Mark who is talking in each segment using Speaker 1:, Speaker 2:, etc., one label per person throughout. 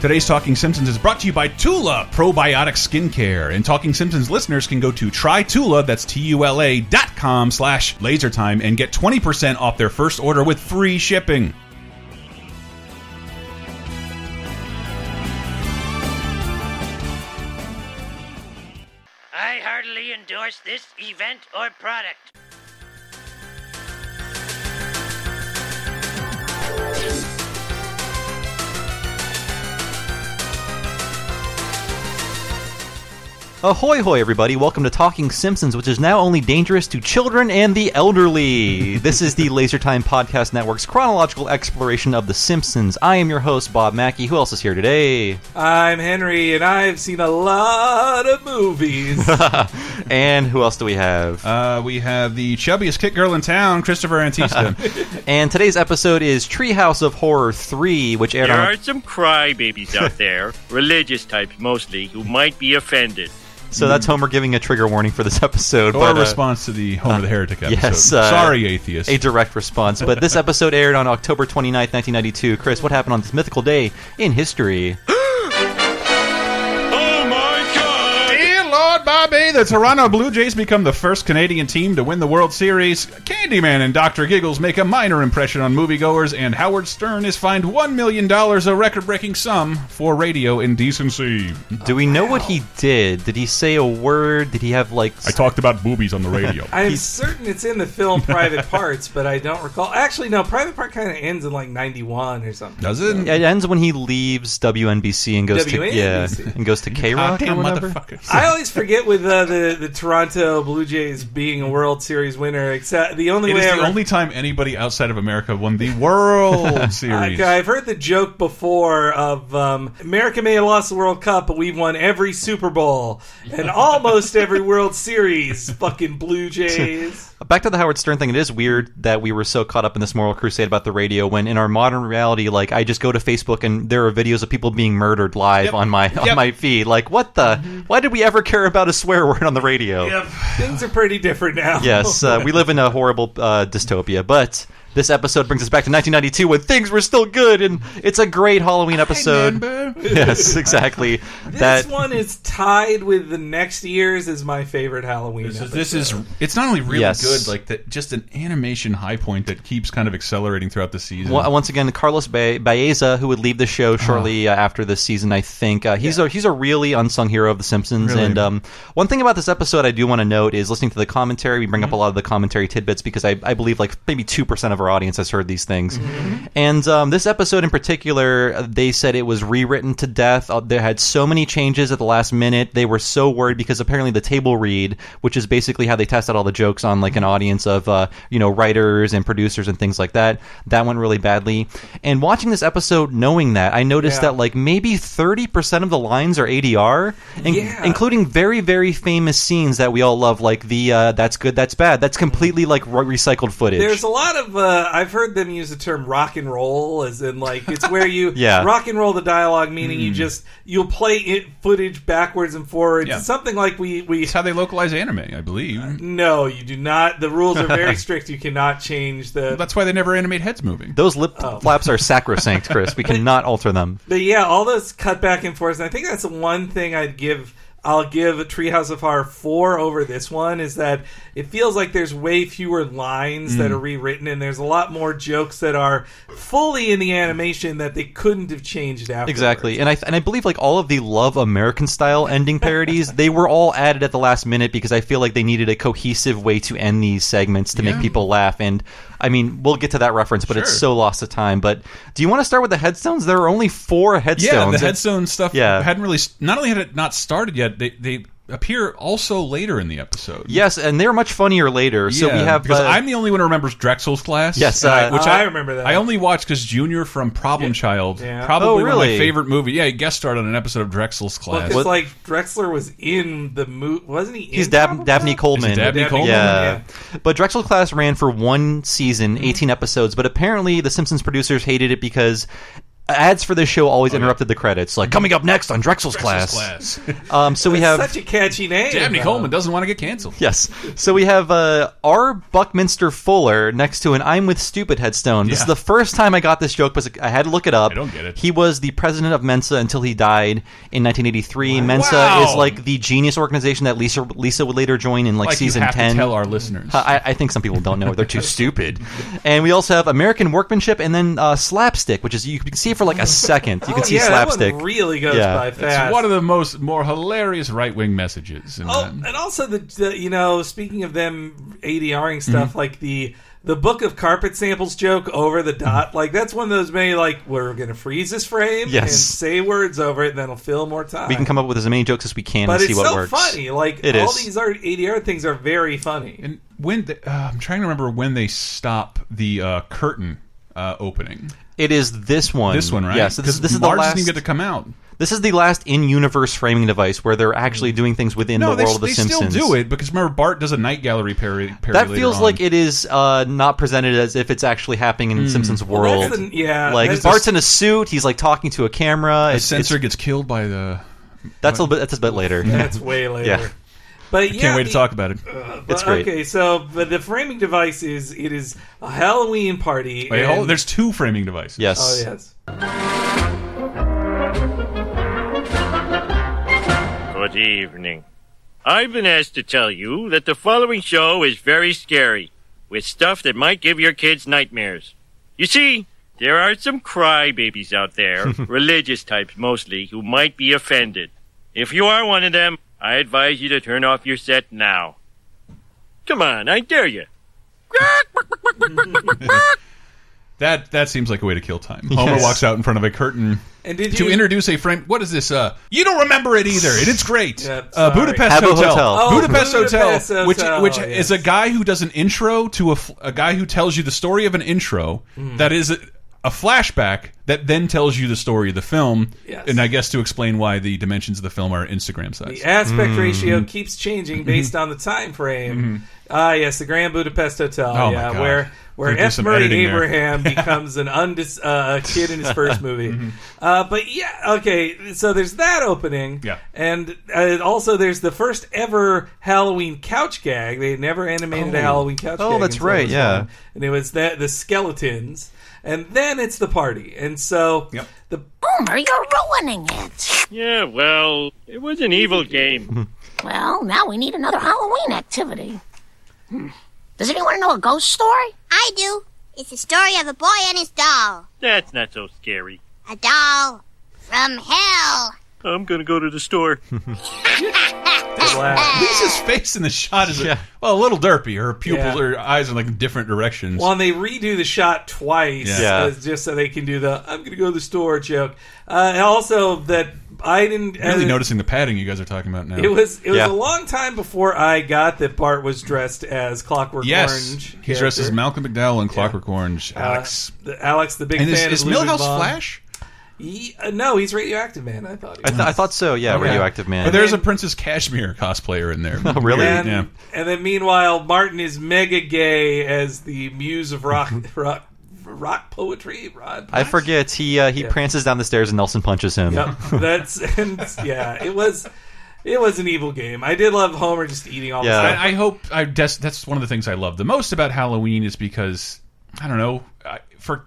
Speaker 1: Today's Talking Simpsons is brought to you by Tula Probiotic Skincare. And Talking Simpsons listeners can go to trytula, that's T-U-L-A, dot com slash lasertime and get 20% off their first order with free shipping.
Speaker 2: I heartily endorse this event or product.
Speaker 3: Ahoy, hoy, everybody. Welcome to Talking Simpsons, which is now only dangerous to children and the elderly. this is the Laser Time Podcast Network's chronological exploration of The Simpsons. I am your host, Bob Mackey. Who else is here today?
Speaker 4: I'm Henry, and I've seen a lot of movies.
Speaker 3: and who else do we have?
Speaker 1: Uh, we have the chubbiest kick girl in town, Christopher Antista.
Speaker 3: and today's episode is Treehouse of Horror 3, which aired
Speaker 5: There
Speaker 3: on.
Speaker 5: are some crybabies out there, religious types mostly, who might be offended.
Speaker 3: So that's Homer giving a trigger warning for this episode.
Speaker 1: or
Speaker 3: but, uh,
Speaker 1: response to the Homer the Heretic episode.
Speaker 3: yes, uh,
Speaker 1: Sorry, atheist.
Speaker 3: a direct response. But this episode aired on October 29th, 1992. Chris, what happened on this mythical day in history?
Speaker 5: Oh my god!
Speaker 1: Dear Lord Bobby, the Toronto Blue Jays become the first Canadian team to win the World Series. Candyman and Dr. Giggles make a minor impression on moviegoers, and Howard Stern is fined $1 million, a record breaking sum, for radio indecency.
Speaker 3: Do we know what he did? Did he say a word? Did he have like?
Speaker 1: I talked about boobies on the radio.
Speaker 4: I'm certain it's in the film Private Parts, but I don't recall. Actually, no, Private Part kind of ends in like 91 or something.
Speaker 1: Does it?
Speaker 3: it ends when he leaves WNBC and goes to yeah
Speaker 4: WNBC.
Speaker 3: and goes to K Rock or
Speaker 1: Goddamn
Speaker 3: whatever.
Speaker 1: motherfuckers.
Speaker 4: I always forget with uh, the the Toronto Blue Jays being a World Series winner. Except the only
Speaker 1: It
Speaker 4: way
Speaker 1: is
Speaker 4: I
Speaker 1: the
Speaker 4: re-
Speaker 1: only time anybody outside of America won the World Series.
Speaker 4: Okay, I've heard the joke before of um, America may have lost the World Cup, but we've won every Super Bowl and almost every World Series. Fucking Blue Jays.
Speaker 3: Back to the Howard Stern thing. It is weird that we were so caught up in this moral crusade about the radio when in our modern reality, like I just go to Facebook and there are videos of people being murdered live on my on
Speaker 1: Yep. Mm-hmm.
Speaker 3: my feed. Like what the? Why did we ever care about a swear word on the radio?
Speaker 4: Things are pretty different now.
Speaker 3: Yes, uh, we live in a horrible uh, dystopia, but. This episode brings us back to 1992 when things were still good, and it's a great Halloween episode. yes, exactly.
Speaker 4: This one is tied with the next year's as my favorite Halloween.
Speaker 1: So
Speaker 4: episode.
Speaker 1: this is it's not only really
Speaker 3: Yes.
Speaker 1: good, like that, just an animation high point that keeps kind of accelerating throughout the season.
Speaker 3: Wa- Once again, Carlos Ba- Baeza, who would leave the show shortly uh, after this season, I think. Uh, he's a he's a really unsung hero of The Simpsons.
Speaker 1: Really.
Speaker 3: And um, one thing about this episode I do want to note is listening to the commentary. We bring
Speaker 4: Mm-hmm.
Speaker 3: up a lot of the commentary tidbits because I, I believe like maybe two percent of our audience has heard these things.
Speaker 4: Mm-hmm.
Speaker 3: And um, this episode in particular, uh, they said it was rewritten to death. Uh, they had so many changes at the last minute. They were so worried because apparently the table read, which is basically how they test out all the jokes on like an
Speaker 4: Mm-hmm.
Speaker 3: audience of uh, you know writers and producers and things like that, that went really badly. And watching this episode, knowing that, I noticed
Speaker 4: Yeah.
Speaker 3: that like maybe thirty percent of the lines are ADR, in-
Speaker 4: Yeah.
Speaker 3: including very very famous scenes that we all love, like the uh, "That's good, that's bad." That's completely like re- recycled footage.
Speaker 4: There's a lot of uh, I've heard them use the term rock and roll as in like it's where you
Speaker 3: Yeah.
Speaker 4: rock and roll the dialogue, meaning
Speaker 1: Hmm.
Speaker 4: you just you'll play it footage backwards and forwards.
Speaker 1: Yeah.
Speaker 4: Something like we we
Speaker 1: It's how they localize anime, I believe.
Speaker 4: no, you do not. The rules are very strict. You cannot change the.
Speaker 1: That's why they never animate heads moving.
Speaker 3: Those lip
Speaker 1: Oh.
Speaker 3: flaps are sacrosanct, Chris. We cannot alter them.
Speaker 4: But yeah, all those cut back and forth. And I think that's the one thing I'd give. I'll give Treehouse of Horror four over this one. Is that it feels like there's way fewer lines
Speaker 3: Mm.
Speaker 4: that are rewritten, and there's a lot more jokes that are fully in the animation that they couldn't have changed after.
Speaker 3: Exactly, and I and I believe like all of the Love American Style ending parodies, they were all added at the last minute because I feel like they needed a cohesive way to end these segments to make people laugh. And I mean, we'll get to that reference, but it's
Speaker 1: Sure.
Speaker 3: so lost to time. But do you want to start with the headstones? There are only four headstones.
Speaker 1: Yeah, the
Speaker 3: It's-
Speaker 1: headstone stuff
Speaker 3: Yeah.
Speaker 1: hadn't really. Not only had it not started yet, they they appear also later in the episode.
Speaker 3: Yes, and they're much funnier later. So we
Speaker 1: Yeah,
Speaker 3: have
Speaker 1: because
Speaker 3: uh,
Speaker 1: I'm the only one who remembers Drexel's class.
Speaker 3: Yes,
Speaker 1: and
Speaker 3: uh,
Speaker 1: which
Speaker 4: I remember that.
Speaker 1: I only watched because Junior from Problem Child,
Speaker 4: Yeah.
Speaker 1: probably
Speaker 3: Oh,
Speaker 1: one of
Speaker 3: really?
Speaker 1: my favorite movie. Yeah, he guest starred on an episode of Drexel's class.
Speaker 4: Because
Speaker 3: What-
Speaker 4: like Drexler was in the movie, wasn't he?
Speaker 3: He's
Speaker 4: in
Speaker 3: Dab-
Speaker 4: Problem
Speaker 3: Dabney
Speaker 4: Child?
Speaker 3: Coleman.
Speaker 1: Dabney Dabney Coleman?
Speaker 3: Yeah. But Drexel Class
Speaker 1: Hmm.
Speaker 3: ran for one season, 18 episodes, but apparently the Simpsons producers hated it because ads for this show always interrupted the credits. Like coming up next on Drexel's,
Speaker 1: Class.
Speaker 3: class.
Speaker 1: class.
Speaker 3: Um, so we have
Speaker 4: Such a catchy name.
Speaker 1: Dabney
Speaker 4: though.
Speaker 1: Coleman doesn't want to get canceled.
Speaker 3: Yes. So we have uh, R. Buckminster Fuller next to an I'm with Stupid headstone. This
Speaker 1: Yeah.
Speaker 3: is the first time I got this joke, but I had to look it up.
Speaker 1: I don't get it.
Speaker 3: He was the president of Mensa until he died in 1983. Mensa
Speaker 1: Wow.
Speaker 3: is like the genius organization that Lisa Lisa would later join in like,
Speaker 1: Like
Speaker 3: season
Speaker 1: you have
Speaker 3: 10.
Speaker 1: to tell our listeners.
Speaker 3: Uh, I, I think some people don't know. They're too stupid. And we also have American Workmanship and then uh, Slapstick, which is you can see it for like a second. You can
Speaker 4: Oh,
Speaker 3: see
Speaker 4: yeah,
Speaker 3: Slapstick.
Speaker 4: That one really goes
Speaker 3: Yeah.
Speaker 4: by
Speaker 3: It's
Speaker 4: fast.
Speaker 1: It's one of the most more hilarious right wing messages. In
Speaker 4: Oh,
Speaker 3: Um,
Speaker 1: that.
Speaker 4: and also the, the you know speaking of them
Speaker 3: Mhm.
Speaker 4: ADRing stuff like the the book of carpet samples joke over
Speaker 3: Mhm.
Speaker 4: the dot like that's one of those many like we're gonna freeze this frame
Speaker 3: Yes.
Speaker 4: and say words over it and that'll fill more time.
Speaker 3: we can come up with as many jokes as we can
Speaker 4: but
Speaker 3: and see
Speaker 4: it's
Speaker 3: what
Speaker 4: so
Speaker 3: works.
Speaker 4: funny. Like
Speaker 3: It
Speaker 4: all
Speaker 3: is.
Speaker 4: these are ADR things are very funny.
Speaker 1: And when the, uh, I'm trying to remember when they stop the uh, curtain uh, opening.
Speaker 3: It is this one.
Speaker 1: This one, right?
Speaker 3: Yeah. So Um, this,
Speaker 1: 'Cause
Speaker 3: this is the
Speaker 1: Marge
Speaker 3: last.
Speaker 1: didn't even get to come out.
Speaker 3: This is the last in-universe framing device where they're actually doing things within
Speaker 1: Mm. No,
Speaker 3: the
Speaker 1: they,
Speaker 3: world of The
Speaker 1: they still
Speaker 3: Simpsons.
Speaker 1: do it because remember Bart does a night gallery parody. parody
Speaker 3: That
Speaker 1: later
Speaker 3: feels
Speaker 1: on.
Speaker 3: like it is uh, not presented as if it's actually happening
Speaker 1: Mm.
Speaker 3: in Simpsons world.
Speaker 4: that's the- yeah,
Speaker 3: like
Speaker 4: that's
Speaker 3: Bart's
Speaker 4: the-
Speaker 3: in a suit. He's like talking to a camera.
Speaker 1: the
Speaker 3: It's,
Speaker 1: censor
Speaker 3: it's-
Speaker 1: gets killed by the.
Speaker 3: that's a little bit. That's a bit later.
Speaker 4: That's way later.
Speaker 3: Yeah.
Speaker 4: But yeah,
Speaker 1: Can't wait to
Speaker 4: the-
Speaker 1: talk about it.
Speaker 4: but-
Speaker 3: It's great.
Speaker 4: Okay, so but the framing device is it is a Halloween party.
Speaker 1: Wait,
Speaker 4: and-
Speaker 1: hold- there's two framing devices.
Speaker 3: Yes.
Speaker 4: oh yes.
Speaker 5: Good evening. I've been asked to tell you that the following show is very scary, with stuff that might give your kids nightmares. You see, there are some crybabies out there, religious types mostly, who might be offended. If you are one of them, I advise you to turn off your set now. Come on, I dare you.
Speaker 1: That that seems like a way to kill time. Homer
Speaker 3: Yes.
Speaker 1: walks out in front of a curtain
Speaker 4: And did
Speaker 1: to
Speaker 4: you
Speaker 1: introduce a frame. What is this? Uh, you don't remember it either, and it's great.
Speaker 4: Yeah,
Speaker 1: uh,
Speaker 4: sorry.
Speaker 1: Budapest
Speaker 3: Have a
Speaker 1: Hotel.
Speaker 3: hotel. Oh,
Speaker 1: Budapest,
Speaker 4: Budapest
Speaker 1: Hotel,
Speaker 4: Hotel,
Speaker 1: which which
Speaker 4: yes.
Speaker 1: is a guy who does an intro to a, fl- a guy who tells you the story of an intro
Speaker 4: Hmm.
Speaker 1: that is. A, a flashback that then tells you the story of the film,
Speaker 4: Yes.
Speaker 1: and I guess to explain why the dimensions of the film are Instagram size.
Speaker 4: The e- aspect ratio
Speaker 1: Mm.
Speaker 4: keeps changing based on the time frame. Ah, yes, the Grand Budapest Hotel.
Speaker 1: Mm-hmm. Oh, my
Speaker 4: yeah,
Speaker 1: God.
Speaker 4: where where
Speaker 1: They do
Speaker 4: F.
Speaker 1: some
Speaker 4: Murray
Speaker 1: editing there.
Speaker 4: Abraham becomes an undis- uh, a kid in his first movie.
Speaker 1: Mm-hmm.
Speaker 4: uh, but yeah, okay. So there's that opening.
Speaker 1: Yeah.
Speaker 4: and uh, also there's the first ever Halloween couch gag. They never animated a Halloween couch.
Speaker 3: Oh,
Speaker 4: gag
Speaker 3: that's
Speaker 4: until
Speaker 3: right,
Speaker 4: this
Speaker 3: yeah.
Speaker 4: one. and it was that the skeletons, and then it's the party, and so
Speaker 1: Yep.
Speaker 4: the
Speaker 6: Homer, you're ruining it.
Speaker 5: Yeah, well, it was an evil game.
Speaker 6: Well, now we need another Halloween activity. Hmm. Does anyone know a ghost story?
Speaker 7: I do. It's the story of a boy and his doll.
Speaker 5: That's not so scary.
Speaker 7: A doll from hell.
Speaker 5: I'm gonna go to the store.
Speaker 4: laugh.
Speaker 1: Lisa's face in the shot is a-
Speaker 3: Yeah.
Speaker 1: well, a little derpy. Her pupils,
Speaker 4: Yeah.
Speaker 1: her eyes are like in different directions.
Speaker 4: Well, and they redo the shot twice,
Speaker 3: Yeah.
Speaker 4: uh, just so they can do the "I'm going to go to the store" joke. Uh, and also, that I didn't
Speaker 1: really
Speaker 4: uh,
Speaker 1: noticing the padding you guys are talking about now.
Speaker 4: It was it was
Speaker 3: Yeah.
Speaker 4: a long time before I got that Bart was dressed as Clockwork
Speaker 1: yes,
Speaker 4: Orange.
Speaker 1: he's dressed as
Speaker 4: character.
Speaker 1: Malcolm McDowell in Clockwork Orange. Alex.
Speaker 4: Uh, the, Alex the big
Speaker 1: and is,
Speaker 4: fan.
Speaker 1: is
Speaker 4: of Ludwig
Speaker 1: Millhouse
Speaker 4: von-
Speaker 1: Flash?
Speaker 4: He- uh, no, he's Radioactive Man. I thought. He
Speaker 3: I,
Speaker 4: was.
Speaker 3: th- I thought so. Yeah, radioactive
Speaker 1: But
Speaker 3: man.
Speaker 1: there's a Princess Cashmere cosplayer in there. oh,
Speaker 3: really?
Speaker 4: and,
Speaker 1: Yeah.
Speaker 4: and then meanwhile, Martin is mega gay as the muse of rock rock rock poetry. Rod.
Speaker 3: I forget. He uh, he prances down the stairs and Nelson punches him.
Speaker 4: Yep, that's and yeah, it was it was an evil game. I did love Homer just eating all
Speaker 3: Yeah.
Speaker 4: the stuff.
Speaker 1: I, I hope I des- that's one of the things I love the most about Halloween is because I don't know I, for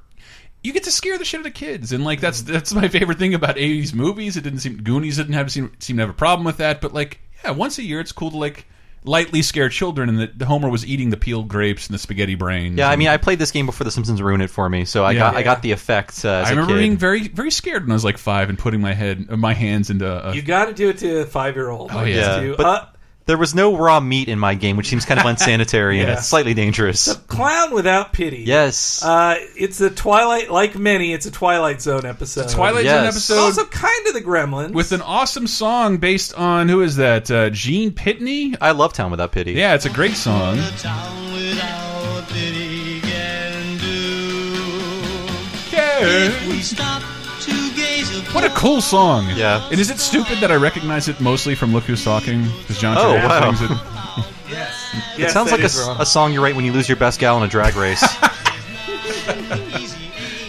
Speaker 1: you get to scare the shit out of kids and like that's that's my favorite thing about 80s movies it didn't seem Goonies didn't have seem, seem to have a problem with that but like yeah once a year it's cool to like lightly scare children and that Homer was eating the peeled grapes and the spaghetti brains
Speaker 3: Yeah, I
Speaker 1: and-
Speaker 3: mean, I played this game before The Simpsons ruined it for me, so I
Speaker 1: Yeah.
Speaker 3: got I
Speaker 1: Yeah.
Speaker 3: got the effect. Uh,
Speaker 1: I
Speaker 3: as a
Speaker 1: remember
Speaker 3: kid.
Speaker 1: being very very scared when I was like 5 and putting my head uh, my hands into a,
Speaker 4: You got to do it to a five year old. Oh
Speaker 1: yeah.
Speaker 3: But- There was no raw meat in my game, which seems kind of unsanitary
Speaker 4: Yeah.
Speaker 3: and slightly dangerous.
Speaker 4: clown without pity.
Speaker 3: Yes.
Speaker 4: Uh, it's a Twilight, like many, it's a Twilight Zone episode.
Speaker 1: Twilight Zone
Speaker 3: Yes.
Speaker 1: episode
Speaker 4: also kind of the Gremlins.
Speaker 1: with an awesome song based on who is that? Uh, Gene Pitney.
Speaker 3: I love Town Without Pity.
Speaker 1: Yeah, it's a great song. Yeah. What a cool song!
Speaker 3: Yeah.
Speaker 1: and is it stupid that I recognize it mostly from "Look Who's Talking"? Because John
Speaker 3: Oh,
Speaker 1: Travolta
Speaker 3: wow.
Speaker 1: sings it.
Speaker 3: It
Speaker 4: Yes,
Speaker 3: sounds
Speaker 4: that
Speaker 3: like a,
Speaker 4: is
Speaker 3: s-
Speaker 4: wrong.
Speaker 3: a song you write when you lose your best gal in a drag race.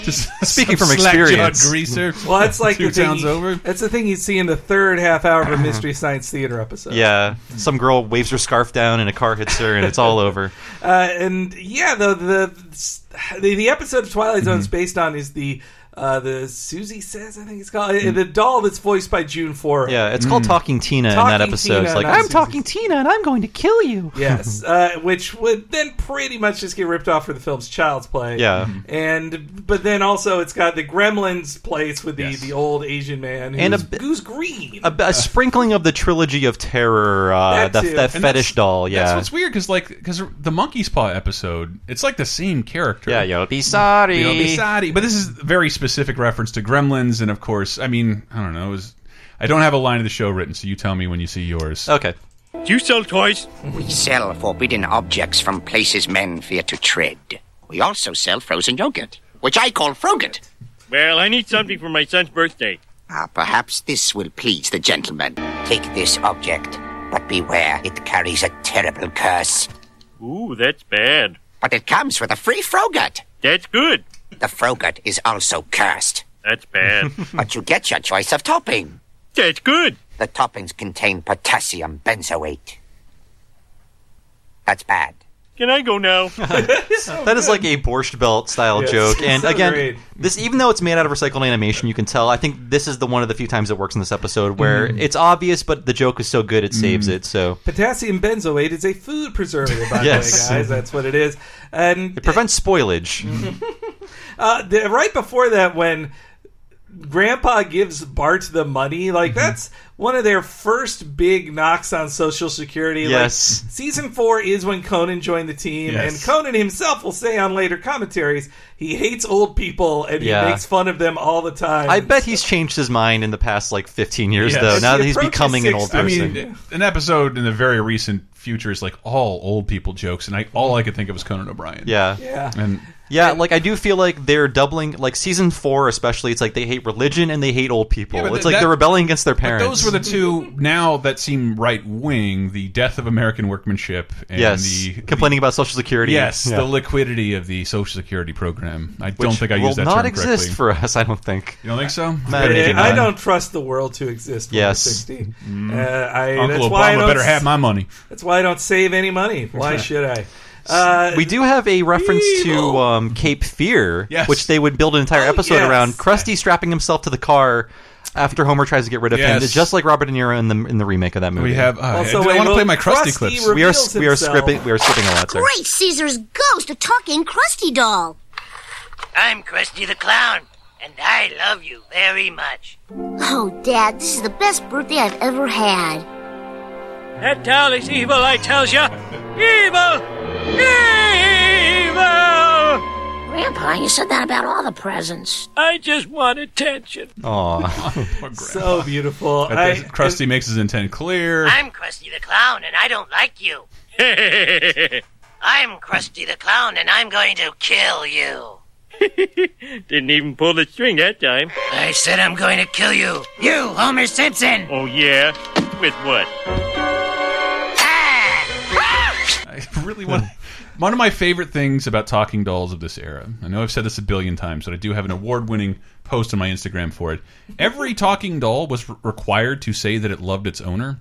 Speaker 1: Just
Speaker 3: Speaking
Speaker 1: some
Speaker 3: from
Speaker 1: slack-jawed
Speaker 3: experience.
Speaker 1: greaser.
Speaker 4: Well, that's like
Speaker 1: two
Speaker 4: the thing
Speaker 1: towns
Speaker 4: you-
Speaker 1: over.
Speaker 4: That's the thing you'd see in the third half hour of a Mystery Science Theater episode.
Speaker 3: Yeah, some girl waves her scarf down and a car hits her and it's all over.
Speaker 4: uh, and yeah, the, the the the episode of Twilight Zone is
Speaker 3: Mhm.
Speaker 4: based on is the uh, the Susie says I think it's called uh, the doll that's voiced by June Foray.
Speaker 3: Mm. Yeah, it's called Talking Tina in that
Speaker 4: Talking
Speaker 3: episode.
Speaker 4: Tina,
Speaker 3: it's like
Speaker 4: not
Speaker 3: I'm
Speaker 4: Susie.
Speaker 3: talking Tina and I'm going to kill you.
Speaker 4: Yes, uh, which would then pretty much just get ripped off for the film's Child's Play.
Speaker 3: Yeah.
Speaker 4: and but then also it's got the Gremlins place with the,
Speaker 1: Yes.
Speaker 4: the old Asian man who's,
Speaker 3: And a bi-
Speaker 4: who's green.
Speaker 3: A, a sprinkling of the trilogy of terror, uh,
Speaker 4: That
Speaker 3: that,
Speaker 4: too.
Speaker 3: that
Speaker 4: And
Speaker 3: fetish doll.
Speaker 1: That's
Speaker 3: Yeah,
Speaker 1: what's weird because like because the monkey's paw episode, it's like the same character.
Speaker 3: yeah, you'll be sorry.
Speaker 1: You know, Bisati. But this is very specific reference to Gremlins, and of course, I mean, I don't know. It was, I don't have a line of the show written, so you tell me when you see yours.
Speaker 3: Okay.
Speaker 5: Do you sell toys?
Speaker 2: We sell forbidden objects from places men fear to tread. We also sell frozen yogurt, which I call froget.
Speaker 5: Well, I need something for my son's birthday.
Speaker 2: Ah, perhaps this will please the gentleman. Take this object, but beware, it carries a terrible curse.
Speaker 5: Ooh, that's bad.
Speaker 2: But it comes with a free frogut.
Speaker 5: That's good.
Speaker 2: The frogut is also cursed,
Speaker 5: That's bad.
Speaker 2: but you get your choice of topping.
Speaker 5: that's good.
Speaker 2: The toppings contain potassium benzoate. That's bad.
Speaker 5: Can I go now?
Speaker 3: That is like a borscht belt style
Speaker 4: Yes.
Speaker 3: joke, and
Speaker 4: So
Speaker 3: again,
Speaker 4: great.
Speaker 3: this even though it's made out of recycled animation, you can tell. I think this is the one of the few times it works in this episode where it's obvious, but the joke is so good it saves it. So
Speaker 4: Potassium benzoate is a food preservative, by
Speaker 3: Yes.
Speaker 4: the way, guys. That's what it is. And
Speaker 3: it prevents spoilage.
Speaker 4: Uh, the, right before that, when Grandpa gives Bart the money,
Speaker 3: Mm-hmm.
Speaker 4: like that's one of their first big knocks on Social Security.
Speaker 3: Yes.
Speaker 4: Like, season four is when Conan joined the team,
Speaker 1: Yes.
Speaker 4: and Conan himself will say on later commentaries he hates old people and
Speaker 3: Yeah.
Speaker 4: he makes fun of them all the time.
Speaker 3: I bet he's changed his mind in the past like 15 years,
Speaker 1: Yes.
Speaker 3: though. Now
Speaker 4: He
Speaker 3: that he's
Speaker 4: approaches
Speaker 3: becoming an old
Speaker 4: 60.
Speaker 1: I
Speaker 3: person.
Speaker 1: mean, an episode in the very recent future is like all old people jokes, and I all I could think of was Conan O'Brien.
Speaker 3: yeah.
Speaker 4: Yeah.
Speaker 1: and
Speaker 3: Yeah, like I do feel like they're doubling, like season four especially. It's like they hate religion and they hate old people.
Speaker 1: Yeah, but
Speaker 3: it's
Speaker 1: th-
Speaker 3: like
Speaker 1: that-
Speaker 3: they're rebelling against their parents.
Speaker 1: those were the two now that seem right wing: the death of American workmanship and
Speaker 3: yes,
Speaker 1: the
Speaker 3: complaining about social security.
Speaker 1: Yes,
Speaker 3: Yeah.
Speaker 1: the liquidity of the Social Security program. I
Speaker 3: Which
Speaker 1: don't think I
Speaker 3: will
Speaker 1: used that
Speaker 3: not
Speaker 1: term
Speaker 3: exist
Speaker 1: correctly.
Speaker 3: for us. I don't think.
Speaker 1: you don't think so?
Speaker 3: Matt,
Speaker 4: Yeah,
Speaker 3: Maybe
Speaker 4: I
Speaker 3: not.
Speaker 4: don't trust the world to exist. When
Speaker 3: Yes. Mm-hmm.
Speaker 4: we're 60. Uh, I,
Speaker 1: Uncle
Speaker 4: that's why I
Speaker 1: Obama
Speaker 4: don't
Speaker 1: better
Speaker 4: s-
Speaker 1: have my money.
Speaker 4: That's why I don't save any money. Why should I? Uh,
Speaker 3: We do have a reference to um, Cape Fear,
Speaker 1: Yes. Oh,
Speaker 3: which they would build an entire episode
Speaker 4: yes.
Speaker 3: around. Krusty strapping himself to the car after Homer tries to get rid of him,
Speaker 1: Yes.
Speaker 3: just like Robert De Niro in the in the remake of that movie.
Speaker 1: We have. Uh,
Speaker 4: Also,
Speaker 1: I
Speaker 4: wait,
Speaker 1: want to
Speaker 4: well,
Speaker 1: play my Krusty
Speaker 4: Krusty
Speaker 1: clips.
Speaker 4: re-
Speaker 3: we are
Speaker 4: reveals
Speaker 3: we are
Speaker 4: himself.
Speaker 3: scripping we are skipping a lot. Sorry.
Speaker 7: Great Caesar's ghost, a talking crusty doll.
Speaker 2: I'm Krusty the Clown, and I love you very much.
Speaker 7: Oh, Dad, this is the best birthday I've ever had.
Speaker 5: That towel is evil, I tells ya. Evil! Evil!
Speaker 6: Grandpa, you said that about all the presents.
Speaker 5: I just want attention.
Speaker 3: Aw.
Speaker 4: so beautiful.
Speaker 1: But
Speaker 4: I-
Speaker 1: then Krusty makes his intent clear.
Speaker 2: I'm Krusty the Clown, and I don't like you.
Speaker 5: Didn't
Speaker 2: I'm Krusty the Clown, and I'm going to kill you.
Speaker 5: even pull the string that time.
Speaker 2: I said I'm going to kill you. You, Homer Simpson!
Speaker 5: Oh, yeah? With what?
Speaker 1: I really want. One of my favorite things about talking dolls of this era, I know I've said this a billion times, but I do have an award winning post on my Instagram for it. Every talking doll was re required to say that it loved its owner,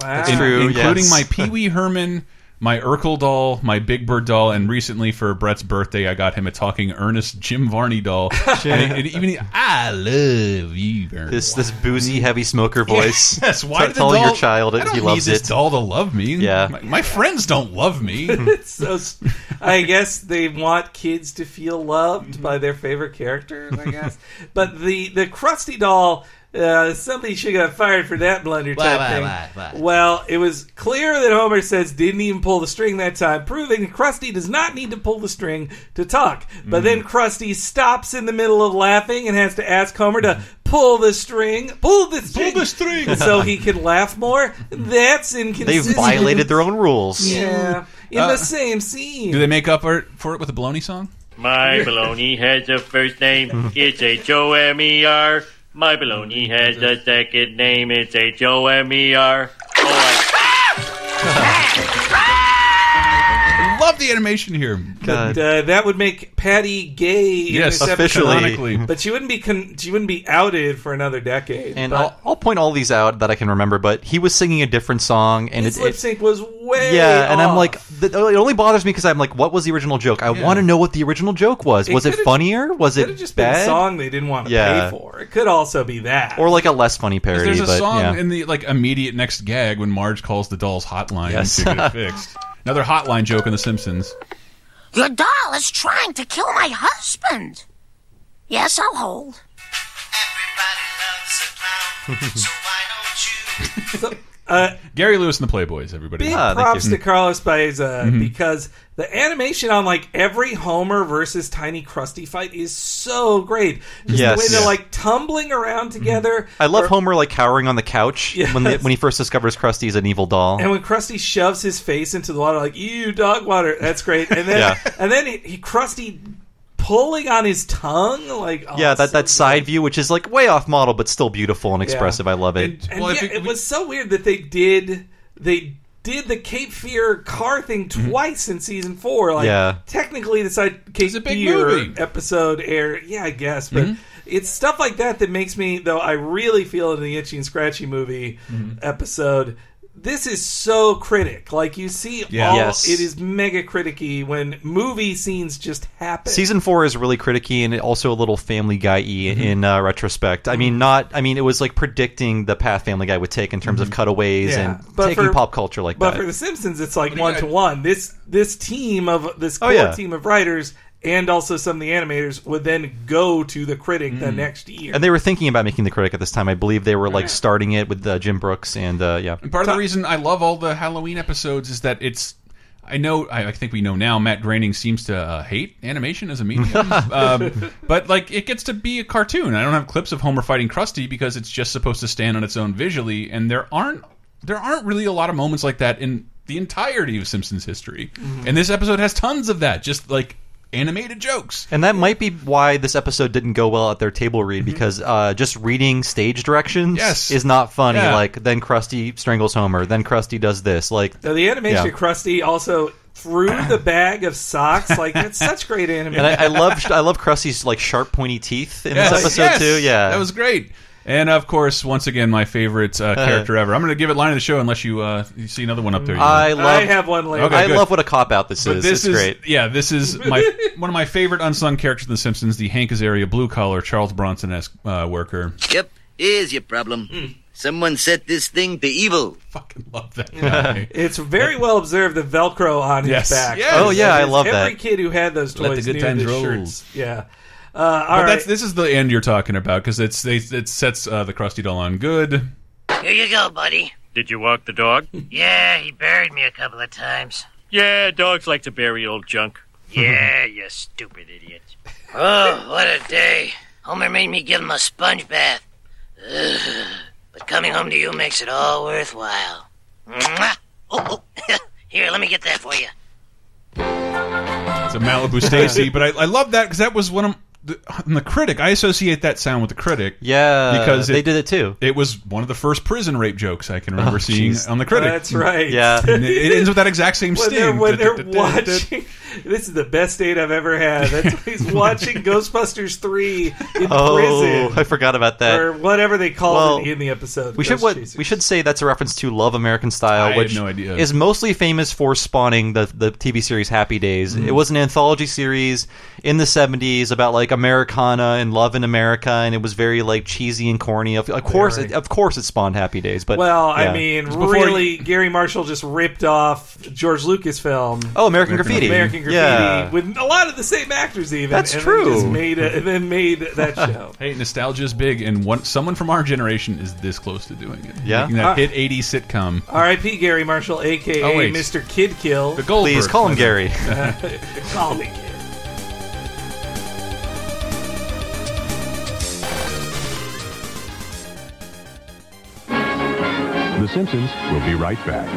Speaker 4: wow.
Speaker 3: in- True,
Speaker 1: including
Speaker 3: yes.
Speaker 1: my Pee Wee Herman, my Urkel doll, my Big Bird doll, and recently for Brett's birthday, I got him a talking Ernest Jim Varney doll. and, and even I love you, Ernest.
Speaker 3: this this boozy heavy smoker voice.
Speaker 1: Yes, why
Speaker 3: T-
Speaker 1: did the
Speaker 3: telling
Speaker 1: doll-
Speaker 3: your child
Speaker 1: I
Speaker 3: it,
Speaker 1: don't
Speaker 3: he
Speaker 1: need
Speaker 3: loves
Speaker 1: this
Speaker 3: it.
Speaker 1: doll to love me.
Speaker 3: Yeah.
Speaker 1: my, my friends don't love me.
Speaker 4: so s- I guess they want kids to feel loved by their favorite characters, I guess. but the the Krusty doll, uh, somebody should have fired for that blunder type thing. Well, it was clear that Homer says didn't even pull the string that time, proving Krusty does not need to pull the string to talk. But then Krusty stops in the middle of laughing and has to ask Homer to pull the string, pull the string,
Speaker 1: the string.
Speaker 4: so he can laugh more. That's
Speaker 3: They
Speaker 4: inconsistent.
Speaker 3: violated their own rules.
Speaker 4: Yeah, in
Speaker 1: Uh,
Speaker 4: the same scene.
Speaker 1: Do they make up for for it with a baloney song?
Speaker 5: My baloney has a first name. It's H O M E R. My baloney has a second name. It's H O M E R. Oh, I
Speaker 1: Loved the animation here.
Speaker 3: God.
Speaker 4: And, uh, that would make Patty gay. in
Speaker 1: Yes,
Speaker 4: this episode.
Speaker 3: officially.
Speaker 1: Canonically.
Speaker 4: But she wouldn't be con- she wouldn't be outed for another decade.
Speaker 3: And
Speaker 4: But
Speaker 3: I'll, I'll point all these out that I can remember, but he was singing a different song, and
Speaker 4: his
Speaker 3: it,
Speaker 4: lip
Speaker 3: it,
Speaker 4: sync was way
Speaker 3: yeah, and
Speaker 1: Oh.
Speaker 3: I'm
Speaker 4: off.
Speaker 3: like, th- it only bothers me because I'm like, what was the original joke? I want to know what the original joke was. was it
Speaker 4: could've-
Speaker 3: funnier? Was
Speaker 4: could
Speaker 3: it
Speaker 4: have just been
Speaker 3: bad?
Speaker 4: a song they didn't want to
Speaker 3: Yeah.
Speaker 4: pay for. It could also be that.
Speaker 3: Or like a less funny parody?
Speaker 1: There's a
Speaker 3: but,
Speaker 1: song
Speaker 3: yeah.
Speaker 1: in the like immediate next gag when Marge calls the doll's hotline
Speaker 3: Yes.
Speaker 1: to get it fixed. Another hotline joke in The Simpsons.
Speaker 6: Your doll is trying to kill my husband. Yes, I'll hold.
Speaker 8: Everybody loves a clown, so why don't you?
Speaker 1: Gary Lewis and the Playboys, everybody.
Speaker 4: Big
Speaker 3: Ah, thank
Speaker 4: props
Speaker 3: you.
Speaker 4: to Carlos Baeza
Speaker 3: Mm-hmm.
Speaker 4: because the animation on like every Homer versus Tiny Krusty fight is so great. Just
Speaker 3: Yes.
Speaker 4: the way they're
Speaker 3: Yeah. Mm-hmm.
Speaker 4: like tumbling around together.
Speaker 3: I love
Speaker 4: Or-
Speaker 3: Homer like cowering on the couch
Speaker 4: Yes.
Speaker 3: when the, when he first discovers Krusty is an evil doll.
Speaker 4: And when Krusty shoves his face into the water, like ew, dog water. That's great. And then
Speaker 3: Yeah.
Speaker 4: and then he, he Krusty pulling on his tongue, like oh,
Speaker 3: yeah, that
Speaker 4: so
Speaker 3: that side view, which is like way off model, but still beautiful and expressive. I love it.
Speaker 4: And
Speaker 1: Well, I
Speaker 4: yeah,
Speaker 1: think
Speaker 4: it
Speaker 1: we-
Speaker 4: was so weird that they did they did the Cape Fear car thing
Speaker 1: Mm-hmm.
Speaker 4: twice in season four. Like
Speaker 3: Yeah.
Speaker 4: technically the side Cape
Speaker 1: a big
Speaker 4: Fear
Speaker 1: movie. Mm-hmm.
Speaker 4: episode air yeah, I guess. But it's stuff like that that makes me though I really feel it in the Itchy and Scratchy movie
Speaker 1: Mm-hmm.
Speaker 4: episode. This is so critic. Like you see
Speaker 1: Yeah.
Speaker 4: all
Speaker 3: Yes.
Speaker 4: it is mega criticky when movie scenes just happen.
Speaker 3: Season four is really criticky and also a little Family Guy y in uh, retrospect. I mean, not. I mean, it was like predicting the path Family Guy would take in terms of cutaways
Speaker 4: Yeah.
Speaker 3: and
Speaker 4: But
Speaker 3: taking
Speaker 4: for-
Speaker 3: pop culture like
Speaker 4: But
Speaker 3: that.
Speaker 4: for The Simpsons, it's like
Speaker 1: do you
Speaker 4: one
Speaker 1: got?
Speaker 4: to one. This this team of this core
Speaker 3: Oh, yeah.
Speaker 4: team of writers and also some of the animators would then go to the critic
Speaker 1: Mm.
Speaker 4: the next year.
Speaker 3: and they were thinking about making the critic at this time. I believe they were like starting it with uh, Jim Brooks and uh, yeah.
Speaker 1: Part of the reason I love all the Halloween episodes is that it's. I know. I I think we know now. Matt Groening seems to uh, hate animation as a medium, um, but like it gets to be a cartoon. I don't have clips of Homer fighting Krusty because it's just supposed to stand on its own visually, and there aren't there aren't really a lot of moments like that in the entirety of Simpsons history.
Speaker 3: Mm-hmm.
Speaker 1: And this episode has tons of that, just like animated jokes.
Speaker 3: And that might be why this episode didn't go well at their table read because uh, just reading stage directions
Speaker 1: Yes.
Speaker 3: is not funny.
Speaker 1: Yeah.
Speaker 3: Like then Krusty strangles Homer, then Krusty does this. Like
Speaker 4: so the animation
Speaker 3: Yeah.
Speaker 4: of Krusty also threw the bag of socks. Like that's such great animation.
Speaker 3: and I, I love I love Krusty's like sharp pointy teeth in this episode
Speaker 1: Yes.
Speaker 3: too. Yeah,
Speaker 1: that was great. And of course, once again, my favorite uh, character ever. I'm going to give it line of the show unless you uh, you see another one up there. you know.
Speaker 3: I love.
Speaker 4: I have one later.
Speaker 1: Okay.
Speaker 3: I
Speaker 1: good.
Speaker 3: love what a cop out this is.
Speaker 1: this
Speaker 3: it's
Speaker 1: is
Speaker 3: great.
Speaker 1: yeah, this is my one of my favorite unsung characters in The Simpsons, the Hank Azaria blue collar Charles Bronson esque uh, worker.
Speaker 9: Yep, here's your problem. Someone set this thing to evil.
Speaker 1: Fucking love that guy.
Speaker 4: It's very well observed the Velcro on
Speaker 1: Yes.
Speaker 4: his back.
Speaker 1: Yes.
Speaker 3: Oh, yeah, I love
Speaker 4: every
Speaker 3: that.
Speaker 4: kid who had those toys
Speaker 1: Let the good
Speaker 4: knew
Speaker 1: times
Speaker 4: the
Speaker 1: roll.
Speaker 4: shirts. Yeah. Uh, all
Speaker 1: but
Speaker 4: right.
Speaker 1: that's this is the end you're talking about because it's they, it sets uh, the Krusty doll on good.
Speaker 8: Here you go, buddy.
Speaker 5: Did you walk the dog?
Speaker 8: Yeah, he buried me a couple of times.
Speaker 5: yeah, dogs like to bury old junk.
Speaker 8: Yeah, you stupid idiot. Oh, what a day. Homer made me give him a sponge bath. Ugh. But coming home to you makes it all worthwhile. Mwah. Oh, oh. Here, let me get that for you.
Speaker 1: It's a Malibu Stacy, but I, I love that because that was one of the, the critic. I associate that sound with the critic.
Speaker 3: Yeah,
Speaker 1: Because
Speaker 3: they
Speaker 1: it-
Speaker 3: did it too.
Speaker 1: It was one of the first prison rape jokes I can remember
Speaker 3: Oh,
Speaker 1: seeing
Speaker 3: jeez.
Speaker 1: on the critic.
Speaker 4: that's right.
Speaker 3: Yeah.
Speaker 1: And it, it ends with that exact same
Speaker 4: when
Speaker 1: sting.
Speaker 4: they're, when they're watching. This is the best date I've ever had. That's when he's watching Ghostbusters three in
Speaker 3: Oh, I
Speaker 4: prison
Speaker 3: forgot about that.
Speaker 4: or whatever they called
Speaker 3: Well,
Speaker 4: it in the episode.
Speaker 3: We should
Speaker 4: Ghost
Speaker 3: what
Speaker 4: Chasers.
Speaker 3: we should say that's a reference to Love American
Speaker 1: I
Speaker 3: Style,
Speaker 1: had
Speaker 3: which
Speaker 1: no idea.
Speaker 3: is mostly famous for spawning the the TV series Happy Days.
Speaker 1: Mm-hmm.
Speaker 3: It was an anthology series in the seventies about like Americana and love in America, and it was very like cheesy and corny. Of, of course, it, of course, it spawned Happy Days. But
Speaker 4: Well,
Speaker 3: yeah.
Speaker 4: I mean,
Speaker 1: before
Speaker 4: really, Gary Marshall just ripped off George Lucas film.
Speaker 3: oh, American,
Speaker 1: American
Speaker 3: Graffiti,
Speaker 4: American Graffiti
Speaker 3: yeah.
Speaker 4: with a lot of the same actors, even.
Speaker 3: That's
Speaker 4: and then
Speaker 3: true.
Speaker 4: just made a, and then made that show.
Speaker 1: Hey, nostalgia is big, and one, someone from our generation is this close to doing it.
Speaker 3: Yeah.
Speaker 1: Making that
Speaker 4: Uh,
Speaker 1: hit 80 sitcom.
Speaker 4: R.I.P. Gary Marshall, aka
Speaker 1: Oh, wait.
Speaker 4: Mr. Kid Kill.
Speaker 1: The Goldberg.
Speaker 3: Please call him Gary.
Speaker 4: Call me Kid.
Speaker 10: The Simpsons will be right back.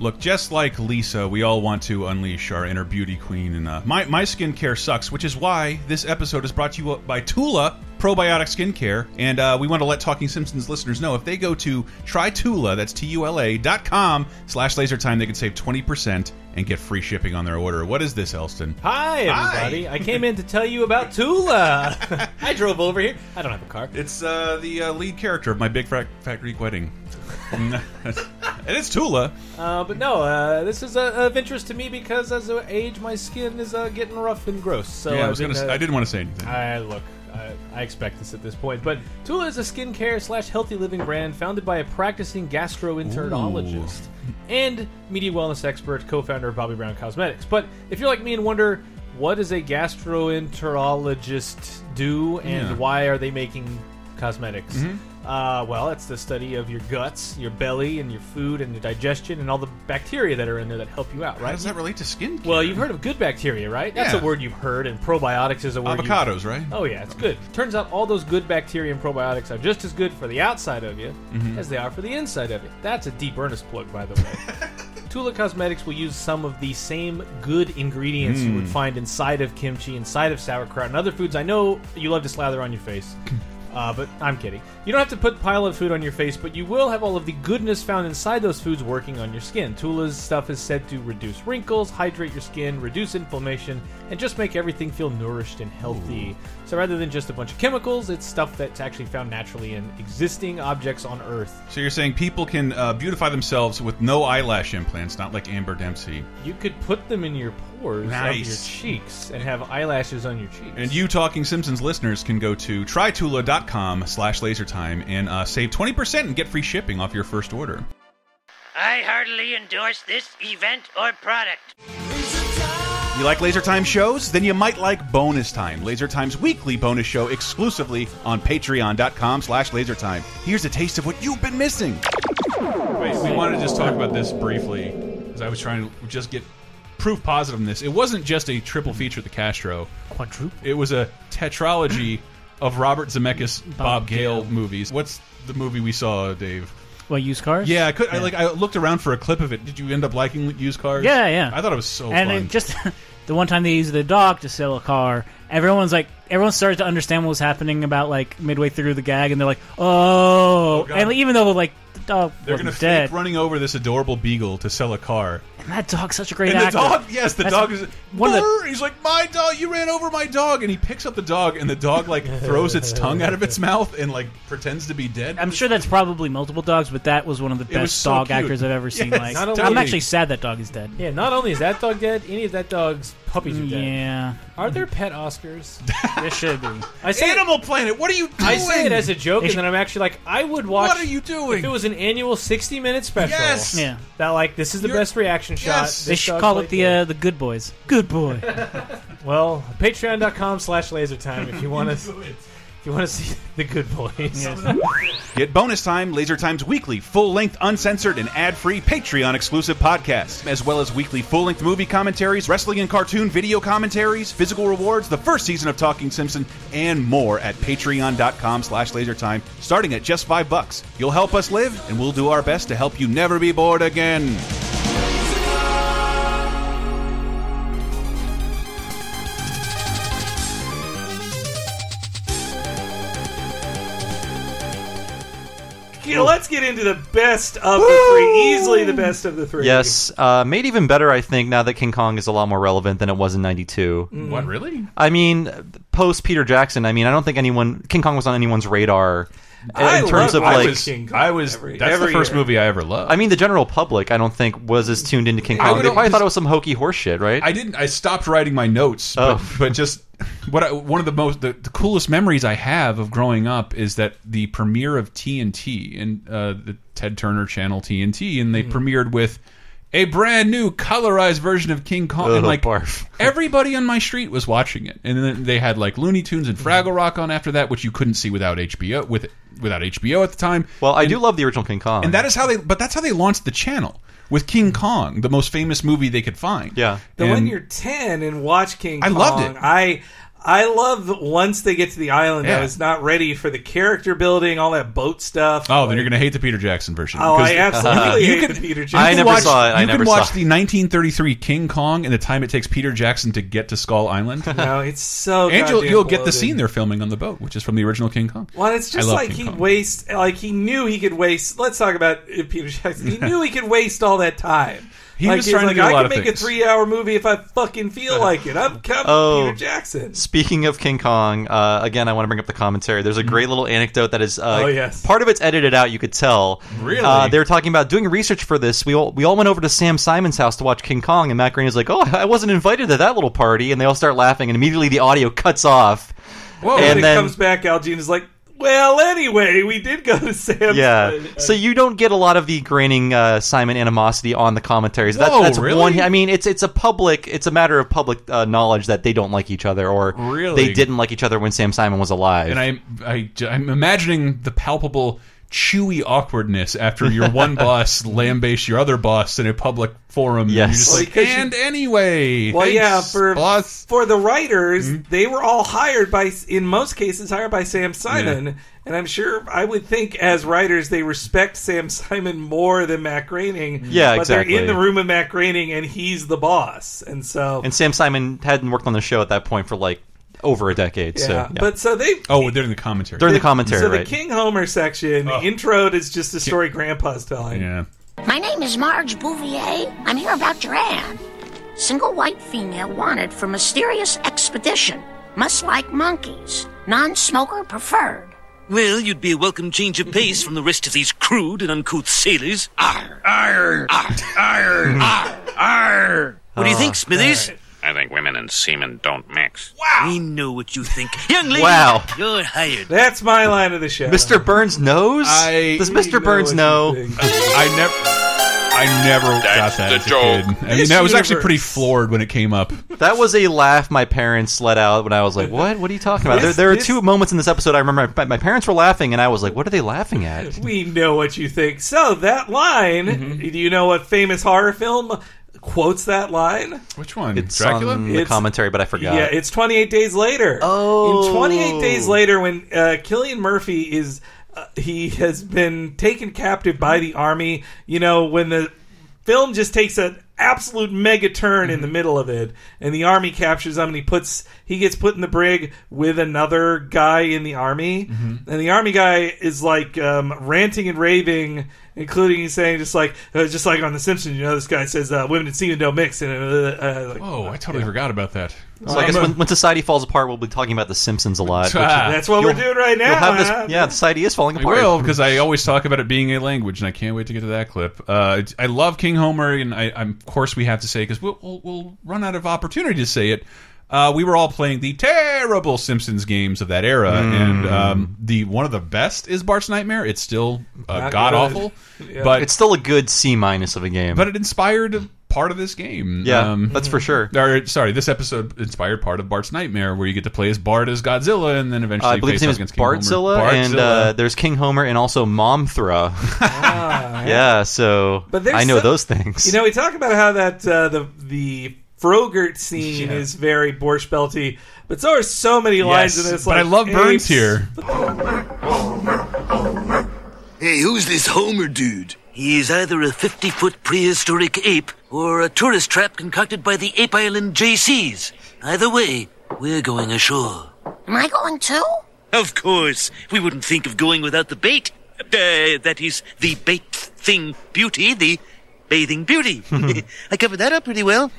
Speaker 1: Look, just like Lisa, we all want to unleash our inner beauty queen. And uh, my, my skincare sucks, which is why this episode is brought to you by Tula probiotic skincare, and uh, we want to let Talking Simpsons listeners know if they go to trytula, that's T-U-L-A dot com slash laser time, they can save 20% and get free shipping on their order. What is this, Elston?
Speaker 4: Hi, everybody. I came in to tell you about Tula. I drove over here. I don't have a car.
Speaker 1: It's uh, the uh, lead character of my Big Fat, Fat Greek Wedding. and it's Tula.
Speaker 4: Uh, but no, uh, this is uh, of interest to me because as I age, my skin is uh, getting rough and gross. So
Speaker 1: yeah, I
Speaker 4: I've
Speaker 1: was gonna.
Speaker 4: been,
Speaker 1: s-
Speaker 4: uh,
Speaker 1: I didn't want to say anything.
Speaker 4: I look. I, I expect this at this point, but Tula is a skincare slash healthy living brand founded by a practicing gastroenterologist and media wellness expert, co-founder of Bobby Brown Cosmetics. But if you're like me and wonder what does a gastroenterologist do and
Speaker 11: Yeah.
Speaker 4: why are they making cosmetics?
Speaker 11: Mhm.
Speaker 4: Uh, well, it's the study of your guts, your belly, and your food, and your digestion, and all the bacteria that are in there that help you out. Right?
Speaker 1: does that relate to skin?
Speaker 4: Well, you've heard of good bacteria, right? That's
Speaker 1: Yeah.
Speaker 4: a word you've heard, and probiotics is a word. you've-
Speaker 1: Avocados, right?
Speaker 4: Oh yeah, it's good. Turns out all those good bacteria and probiotics are just as good for the outside of you
Speaker 1: Mhm.
Speaker 4: as they are for the inside of you. That's a deep earnest plug, by the way. Tula Cosmetics will use some of the same good ingredients you would
Speaker 11: Mm.
Speaker 4: find inside of kimchi, inside of sauerkraut, and other foods I know you love to slather on your face. Uh, but I'm kidding. You don't have to put pile of food on your face, but you will have all of the goodness found inside those foods working on your skin. Tula's stuff is said to reduce wrinkles, hydrate your skin, reduce inflammation, and just make everything feel nourished and healthy. So rather than just a bunch of chemicals, it's stuff that's actually found naturally in existing objects on Earth.
Speaker 1: So you're saying people can uh, beautify themselves with no eyelash implants, not like Amber Dempsey.
Speaker 4: You could put them in your pores of your
Speaker 1: Nice.
Speaker 4: cheeks and have eyelashes on your cheeks.
Speaker 1: And you Talking Simpsons listeners can go to trytula.com slash lasertime and uh, save 20% and get free shipping off your first order.
Speaker 12: I heartily endorse this event or product.
Speaker 1: You like Laser Time shows? Then you might like Bonus Time, Laser Time's weekly bonus show exclusively on patreon.com slash lasertime. Here's a taste of what you've been missing. Wait, we want to just talk about this briefly because I was trying to just get proof positive on this. It wasn't just a triple feature at the Castro.
Speaker 4: Quadruple?
Speaker 1: It was a tetralogy of Robert Zemeckis' Bob, Gale, movies. What's the movie we saw, Dave?
Speaker 13: What used cars?
Speaker 1: Yeah, I could. I
Speaker 13: Yeah.
Speaker 1: like. I looked around for a clip of it. Did you end up liking used cars?
Speaker 13: Yeah, yeah.
Speaker 1: I thought it was so
Speaker 13: and
Speaker 1: fun.
Speaker 13: it just the one time they used the dog to sell a car, everyone's like, everyone started to understand what was happening about like midway through the gag, and they're like, oh, and even though like the dog
Speaker 1: They're
Speaker 13: wasn't
Speaker 1: gonna
Speaker 13: dead,
Speaker 1: fake running over this adorable beagle to sell a car.
Speaker 13: and that dog's such a great
Speaker 1: and
Speaker 13: actor.
Speaker 1: the dog, yes, the
Speaker 13: That's
Speaker 1: dog is
Speaker 13: one of the
Speaker 1: "Brr," He's like, my dog, you ran over my dog, and he picks up the dog, and the dog like throws its tongue out of its mouth and like pretends to be dead.
Speaker 13: I'm sure that's probably multiple dogs, but that was one of the
Speaker 1: It was
Speaker 13: best
Speaker 1: so
Speaker 13: dog
Speaker 1: cute.
Speaker 13: actors I've ever seen.
Speaker 1: Yes,
Speaker 13: like,
Speaker 1: not
Speaker 13: I'm
Speaker 1: only-
Speaker 13: actually sad that dog is dead. Mm,
Speaker 4: Yeah, not only is that dog dead, any of that dog's puppies are
Speaker 1: Mm,
Speaker 4: dead.
Speaker 13: Yeah.
Speaker 4: Are there pet Oscars?
Speaker 13: there should be.
Speaker 4: I say
Speaker 1: Animal Planet, what are you
Speaker 4: I say it
Speaker 1: doing?
Speaker 4: as a joke,
Speaker 1: They
Speaker 4: and
Speaker 1: should-
Speaker 4: then I'm actually like, I would watch.
Speaker 1: What are you doing?
Speaker 4: If it was an annual 60 minute special,
Speaker 1: Yes! Yeah.
Speaker 4: That like this is the best reaction shot. This
Speaker 13: They should
Speaker 4: dog
Speaker 13: call
Speaker 4: played
Speaker 13: it the uh, the Good Boys. Good boy.
Speaker 4: good. Well, patreon.com slash lasertime if you want to. if you want to see the good boys.
Speaker 1: Get bonus time, Laser Time's weekly, full length, uncensored, and ad free Patreon exclusive podcasts, as well as weekly full length movie commentaries, wrestling and cartoon video commentaries, physical rewards, the first season of Talking Simpson, and more at patreon.com slash lasertime, starting at just five bucks. You'll help us live, and we'll do our best to help you never be bored again.
Speaker 14: You know, let's get into the best of the three. Easily the best of the three.
Speaker 3: Yes, uh, made even better, I think, now that King Kong is a lot more relevant than it was in '92.
Speaker 1: What, really?
Speaker 3: I mean, post Peter Jackson, I mean, I don't think anyone King Kong was on anyone's radar in,
Speaker 1: I
Speaker 3: in terms
Speaker 1: love
Speaker 3: of
Speaker 1: I
Speaker 3: like.
Speaker 1: was- I was- that's the first movie I ever loved.
Speaker 3: I mean, the general public, I don't think was as tuned into King
Speaker 1: I
Speaker 3: Kong.
Speaker 1: would-
Speaker 3: They probably thought it was some hokey horse shit, right?
Speaker 1: I didn't. I stopped writing my notes. But, but just what I, one of the most the, the coolest memories I have of growing up is that the premiere of TNT and uh, the Ted Turner Channel TNT, and they premiered with a brand new colorized version of King Kong. and
Speaker 3: Ugh,
Speaker 1: like
Speaker 3: Oh, barf.
Speaker 1: everybody on my street was watching it, and then they had like Looney Tunes and Fraggle Rock on after that, which you couldn't see without HBO with without HBO at the time.
Speaker 3: Well, I do love the original King Kong,
Speaker 1: and that is how they. But that's how they launched the channel. With King Kong, the most famous movie they could find. Yeah.
Speaker 14: The when you're ten and watch King
Speaker 1: I
Speaker 14: Kong,
Speaker 1: loved it.
Speaker 14: I
Speaker 4: I love that once they get to the island, I
Speaker 1: Yeah.
Speaker 4: was not ready for the character building, all that boat stuff.
Speaker 1: Oh, then you're gonna hate the Peter Jackson version.
Speaker 4: Oh, I
Speaker 1: Because-
Speaker 4: absolutely hate the Peter Jackson.
Speaker 1: you
Speaker 4: I
Speaker 1: can
Speaker 4: never
Speaker 1: watch,
Speaker 4: saw it. I
Speaker 1: you
Speaker 4: never
Speaker 1: can
Speaker 4: saw
Speaker 1: watch
Speaker 4: it.
Speaker 1: the 1933 King Kong and the time it takes Peter Jackson to get to Skull Island.
Speaker 4: No, it's so
Speaker 1: and you'll,
Speaker 4: goddamn
Speaker 1: you'll get the
Speaker 4: bloated.
Speaker 1: scene they're filming on the boat, which is from the original King Kong.
Speaker 4: Well, it's
Speaker 1: I
Speaker 4: just
Speaker 1: love
Speaker 4: like
Speaker 1: King
Speaker 4: he
Speaker 1: Kong.
Speaker 4: waste, like he knew he could waste. Let's talk about uh, Peter Jackson. He knew he could waste all that time.
Speaker 1: He
Speaker 4: like,
Speaker 1: was
Speaker 4: he's
Speaker 1: trying to
Speaker 4: like,
Speaker 1: do a
Speaker 4: I
Speaker 1: lot
Speaker 4: can
Speaker 1: of
Speaker 4: make
Speaker 1: things.
Speaker 4: a three-hour movie if I fucking feel like it. I'm, i
Speaker 3: Oh.
Speaker 4: Peter Jackson.
Speaker 3: Speaking of King Kong, uh, again, I want to bring up the commentary. There's a great little anecdote that is uh,
Speaker 4: Mm-hmm. Oh, yes.
Speaker 3: part of it's edited out. You could tell.
Speaker 4: Really?
Speaker 3: Uh, they were talking about doing research for this. We all we all went over to Sam Simon's house to watch King Kong, and Matt Green is like, "Oh, I wasn't invited to that little party," and they all start laughing, and immediately the audio cuts off.
Speaker 4: Whoa, and,
Speaker 3: and
Speaker 4: it
Speaker 3: then
Speaker 4: comes back. Al Jean is like, well, anyway, we did go to Sam's.
Speaker 3: yeah, so you don't get a lot of the graining uh, Simon animosity on the commentaries. That's,
Speaker 4: Whoa,
Speaker 3: that's
Speaker 4: really?
Speaker 3: one. I mean, it's it's a public, it's a matter of public uh, knowledge that they don't like each other, or
Speaker 1: Really?
Speaker 3: they didn't like each other when Sam Simon was alive.
Speaker 1: And I, I, I'm imagining the palpable chewy awkwardness after your one boss lambastes your other boss in a public forum. and you're
Speaker 3: Yes.
Speaker 1: just
Speaker 4: Well,
Speaker 1: like,
Speaker 4: because you-
Speaker 1: and anyway,
Speaker 4: Well,
Speaker 1: thanks,
Speaker 4: yeah, for
Speaker 1: boss.
Speaker 4: for the writers,
Speaker 3: Mm-hmm.
Speaker 4: they were all hired by, in most cases, hired by Sam Simon,
Speaker 1: Yeah.
Speaker 4: and I'm sure I would think as writers they respect Sam Simon more than Matt Groening.
Speaker 3: Yeah,
Speaker 4: but
Speaker 3: exactly.
Speaker 4: They're in the room with Matt Groening, and he's the boss, and so
Speaker 3: And Sam Simon hadn't worked on the show at that point for like over a decade.
Speaker 4: yeah.
Speaker 3: So, yeah.
Speaker 4: But so they
Speaker 1: oh, during the commentary,
Speaker 3: During the commentary,
Speaker 4: so
Speaker 3: right.
Speaker 4: the King Homer section introed is just a story Grandpa's telling.
Speaker 1: Yeah.
Speaker 6: My name is Marge Bouvier. I'm here about your ad. Single white female wanted for mysterious expedition. Must like monkeys. Non smoker preferred.
Speaker 15: Well, you'd be a welcome change of pace from the rest of these crude and uncouth sailors. Arr, arr, arr, arr, arr, arr. What do you
Speaker 16: Ah,
Speaker 15: think, Smithers?
Speaker 16: I think women and semen don't mix.
Speaker 15: Wow. We know what you think. Young lady,
Speaker 3: Wow.
Speaker 15: you're hired.
Speaker 4: That's my line of the show.
Speaker 3: Mr. Burns knows.
Speaker 1: I-
Speaker 3: Does Mr. Burns know?
Speaker 1: I never, I never got that.
Speaker 3: the
Speaker 1: as a
Speaker 3: joke.
Speaker 1: kid. I mean,
Speaker 3: This
Speaker 1: that was actually
Speaker 3: universe.
Speaker 1: pretty floored when it came up.
Speaker 3: That was a laugh my parents let out when I was like, "What? What are you talking about?"
Speaker 4: This-
Speaker 3: there, there are
Speaker 4: this-
Speaker 3: two moments in this episode I remember. My, my parents were laughing, and I was like, "What are they laughing at?"
Speaker 4: We know what you think. So that line, do you know what famous horror film quotes that line?
Speaker 1: Which one?
Speaker 3: It's
Speaker 4: Dracula?
Speaker 3: on the
Speaker 4: It's-
Speaker 3: commentary, but I forgot.
Speaker 4: Yeah, it's 28 days later. Oh, in 28 days later, when uh, Killian Murphy is, uh, he has been taken captive by the army. You know, when the film just takes an absolute mega turn in the middle of it, and the army captures him, and he puts he gets put in the brig with another guy in the army, and the army guy is like um, ranting and raving. Including saying just like uh, just like on The Simpsons, you know, this guy says uh, women and semen don't mix, and uh, uh, like,
Speaker 1: oh, I totally forgot about that.
Speaker 3: So I guess when, when society falls apart, we'll be talking about The Simpsons a lot. which-
Speaker 4: That's what we're
Speaker 3: you'll-
Speaker 4: doing right
Speaker 3: you'll
Speaker 4: now.
Speaker 3: have this-
Speaker 4: huh?
Speaker 3: yeah, society is falling
Speaker 1: Ah, I
Speaker 3: apart.
Speaker 1: will because I always talk about it being a language, and I can't wait to get to that clip. Uh, it's- I love King Homer, and I, I'm, of course we have to say because we'll, we'll, we'll run out of opportunity to say it. Uh, we were all playing the terrible Simpsons games of that era,
Speaker 3: Mm.
Speaker 1: and um, the one of the best is Bart's Nightmare. It's still uh,
Speaker 3: Not
Speaker 1: god awful,
Speaker 3: good.
Speaker 1: but
Speaker 3: it's still a good C minus of a game.
Speaker 1: but um, it inspired part of this game.
Speaker 3: Yeah, that's for sure.
Speaker 1: or, sorry, this episode inspired part of Bart's Nightmare, where you get to play as Bart as Godzilla, and then
Speaker 3: Uh,
Speaker 1: eventually
Speaker 3: I believe
Speaker 1: face
Speaker 3: his name
Speaker 1: off
Speaker 3: is
Speaker 1: against King Homer.
Speaker 3: Bartzilla, and uh, there's King Homer, and also Momthra. yeah, so
Speaker 4: Ah, But there's
Speaker 3: I know
Speaker 4: some-
Speaker 3: those things.
Speaker 4: You know, we talk about how that uh, the the Frogurt scene is very Borscht Belty, but so are so many lines in this.
Speaker 1: but
Speaker 4: like,
Speaker 1: I love Burns
Speaker 4: apes.
Speaker 1: here.
Speaker 15: Hey, who's this Homer dude? He's either a 50 foot prehistoric ape or a tourist trap concocted by the Ape Island JCs. Either way, we're going ashore.
Speaker 6: Am I going too?
Speaker 15: Of course, we wouldn't think of going without the bait. Uh, that is, the bait thing beauty, the bathing beauty. I covered that up pretty well.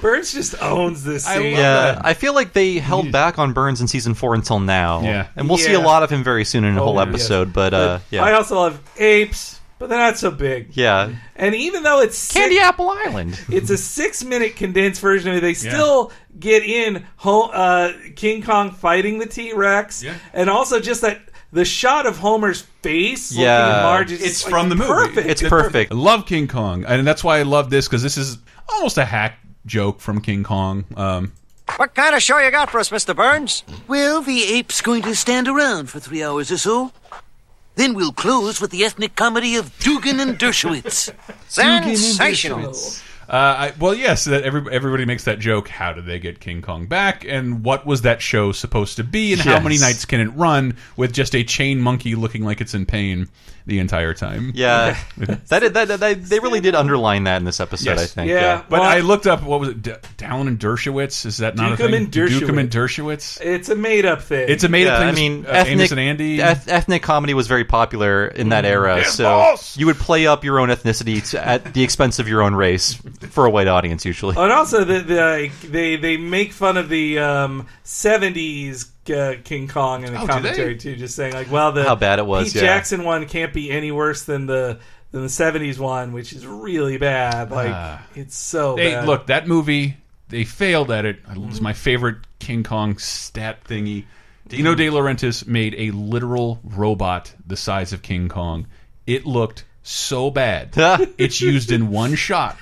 Speaker 4: Burns just owns this scene.
Speaker 1: uh,
Speaker 3: yeah, I feel like they held back on Burns in season four until now.
Speaker 4: Yeah.
Speaker 3: and we'll see a
Speaker 4: Yeah.
Speaker 3: lot of him very soon in a
Speaker 4: Oh,
Speaker 3: whole
Speaker 4: yeah.
Speaker 3: episode. But, uh, yeah,
Speaker 4: I also love apes, but they're not so big.
Speaker 3: yeah,
Speaker 4: And even though it's Candy
Speaker 3: Apple Island,
Speaker 4: it's a six-minute condensed version of it. They still get in Ho- uh, King Kong fighting the T Rex, and also just that the shot of Homer's face. looking at
Speaker 1: Yeah.
Speaker 4: Marge is
Speaker 1: It's
Speaker 4: just,
Speaker 1: from
Speaker 4: like,
Speaker 1: the movie.
Speaker 4: Perfect.
Speaker 1: It's perfect. I love King Kong, and that's why I love this because this is almost a hack joke from King Kong. Um,
Speaker 17: What kind of show you got for us, Mr. Burns?
Speaker 15: Well, the ape's going to stand around for three hours or so. Then we'll close with the ethnic comedy of Dugan and Dershowitz.
Speaker 17: Sensational.
Speaker 1: Uh, I, well, yes, that every, everybody makes that joke. How did they get King Kong back? And what was that show supposed to be? And how
Speaker 3: Yes.
Speaker 1: many nights can it run with just a chain monkey looking like it's in pain the entire time?
Speaker 3: Yeah, that, that, that, that they really did underline that in this episode. I think.
Speaker 1: But I looked up what was it? D Down and Dershowitz. Is that not
Speaker 4: Dukem
Speaker 1: a thing?
Speaker 4: and Dershowitz.
Speaker 1: Dukem and Dershowitz.
Speaker 4: It's a made up thing.
Speaker 1: It's a made-up
Speaker 3: Yeah,
Speaker 1: thing.
Speaker 3: I mean,
Speaker 1: uh,
Speaker 3: ethnic,
Speaker 1: Amos and Andy.
Speaker 3: eth- ethnic comedy was very popular in that era,
Speaker 1: Yes,
Speaker 3: so
Speaker 1: boss!
Speaker 3: you would play up your own ethnicity to, at the expense of your own race for a white audience, usually.
Speaker 1: Uh,
Speaker 4: and also the, the like, they they make fun of the um, '70s uh, King Kong in the
Speaker 3: Oh, do they?
Speaker 4: commentary too, just saying like, well, the
Speaker 3: How bad it was,
Speaker 4: Pete
Speaker 3: yeah.
Speaker 4: Jackson one can't be any worse than the than the '70s one, which is really bad. Like
Speaker 1: Ah.
Speaker 4: it's so
Speaker 1: They-
Speaker 4: bad. Mm-hmm.
Speaker 1: look that movie. They failed at it. It was my favorite King Kong stat thingy. Dino De Laurentiis made a literal robot the size of King Kong. It looked so bad. it's used in one shot.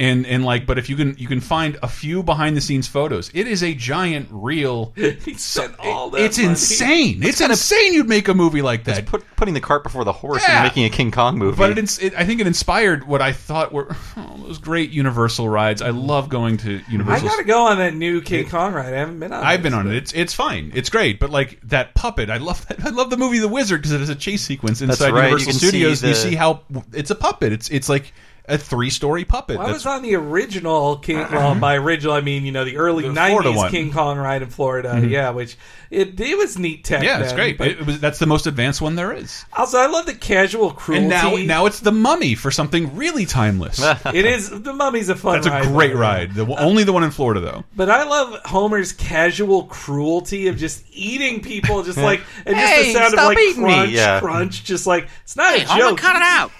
Speaker 1: And and like, but if you can you can find a few behind the scenes photos, it is a giant real.
Speaker 4: all that
Speaker 1: It's
Speaker 4: money.
Speaker 1: insane. It's insane. You'd make a movie like that.
Speaker 3: Put, putting the cart before the horse
Speaker 1: Yeah.
Speaker 3: and making a King Kong movie.
Speaker 1: But it, ins- it, I think it inspired what I thought were oh, those great Universal rides. I love going to
Speaker 4: I
Speaker 1: Universal.
Speaker 4: gotta go on that new King Kong ride. I haven't been on.
Speaker 1: I've been on it. It's it's fine. It's great. But like that puppet, I love that. I love the movie The Wizard because it has a chase sequence
Speaker 3: That's
Speaker 1: inside
Speaker 3: right. You
Speaker 1: Universal
Speaker 3: can see
Speaker 1: Studios. and
Speaker 3: the-
Speaker 1: You see how it's a puppet. It's it's like a three story puppet.
Speaker 4: Well, I
Speaker 1: That's
Speaker 4: was on the original King. Well, by original I mean you know the early
Speaker 1: Florida one.
Speaker 4: '90s King Kong ride in Florida.
Speaker 1: Mhm.
Speaker 4: Yeah, which it it was neat tech.
Speaker 1: yeah, it's
Speaker 4: then,
Speaker 1: great.
Speaker 4: but-
Speaker 1: It was, that's the most advanced one there is.
Speaker 4: Also, I love the casual cruelty.
Speaker 1: And now now it's the Mummy for something really timeless.
Speaker 3: Ah.
Speaker 4: it is the mummy's a fun.
Speaker 1: That's a
Speaker 4: ride,
Speaker 1: great
Speaker 4: though.
Speaker 1: ride. The, only the one in Florida though.
Speaker 4: But I love Homer's casual cruelty of just eating people, just like and just
Speaker 8: Hey,
Speaker 4: the sound of
Speaker 8: stop
Speaker 4: like
Speaker 8: eating me.
Speaker 4: crunch,
Speaker 3: Yeah.
Speaker 4: crunch, just like it's not
Speaker 8: Hey,
Speaker 4: a
Speaker 8: Homer,
Speaker 4: joke.
Speaker 8: cut it out.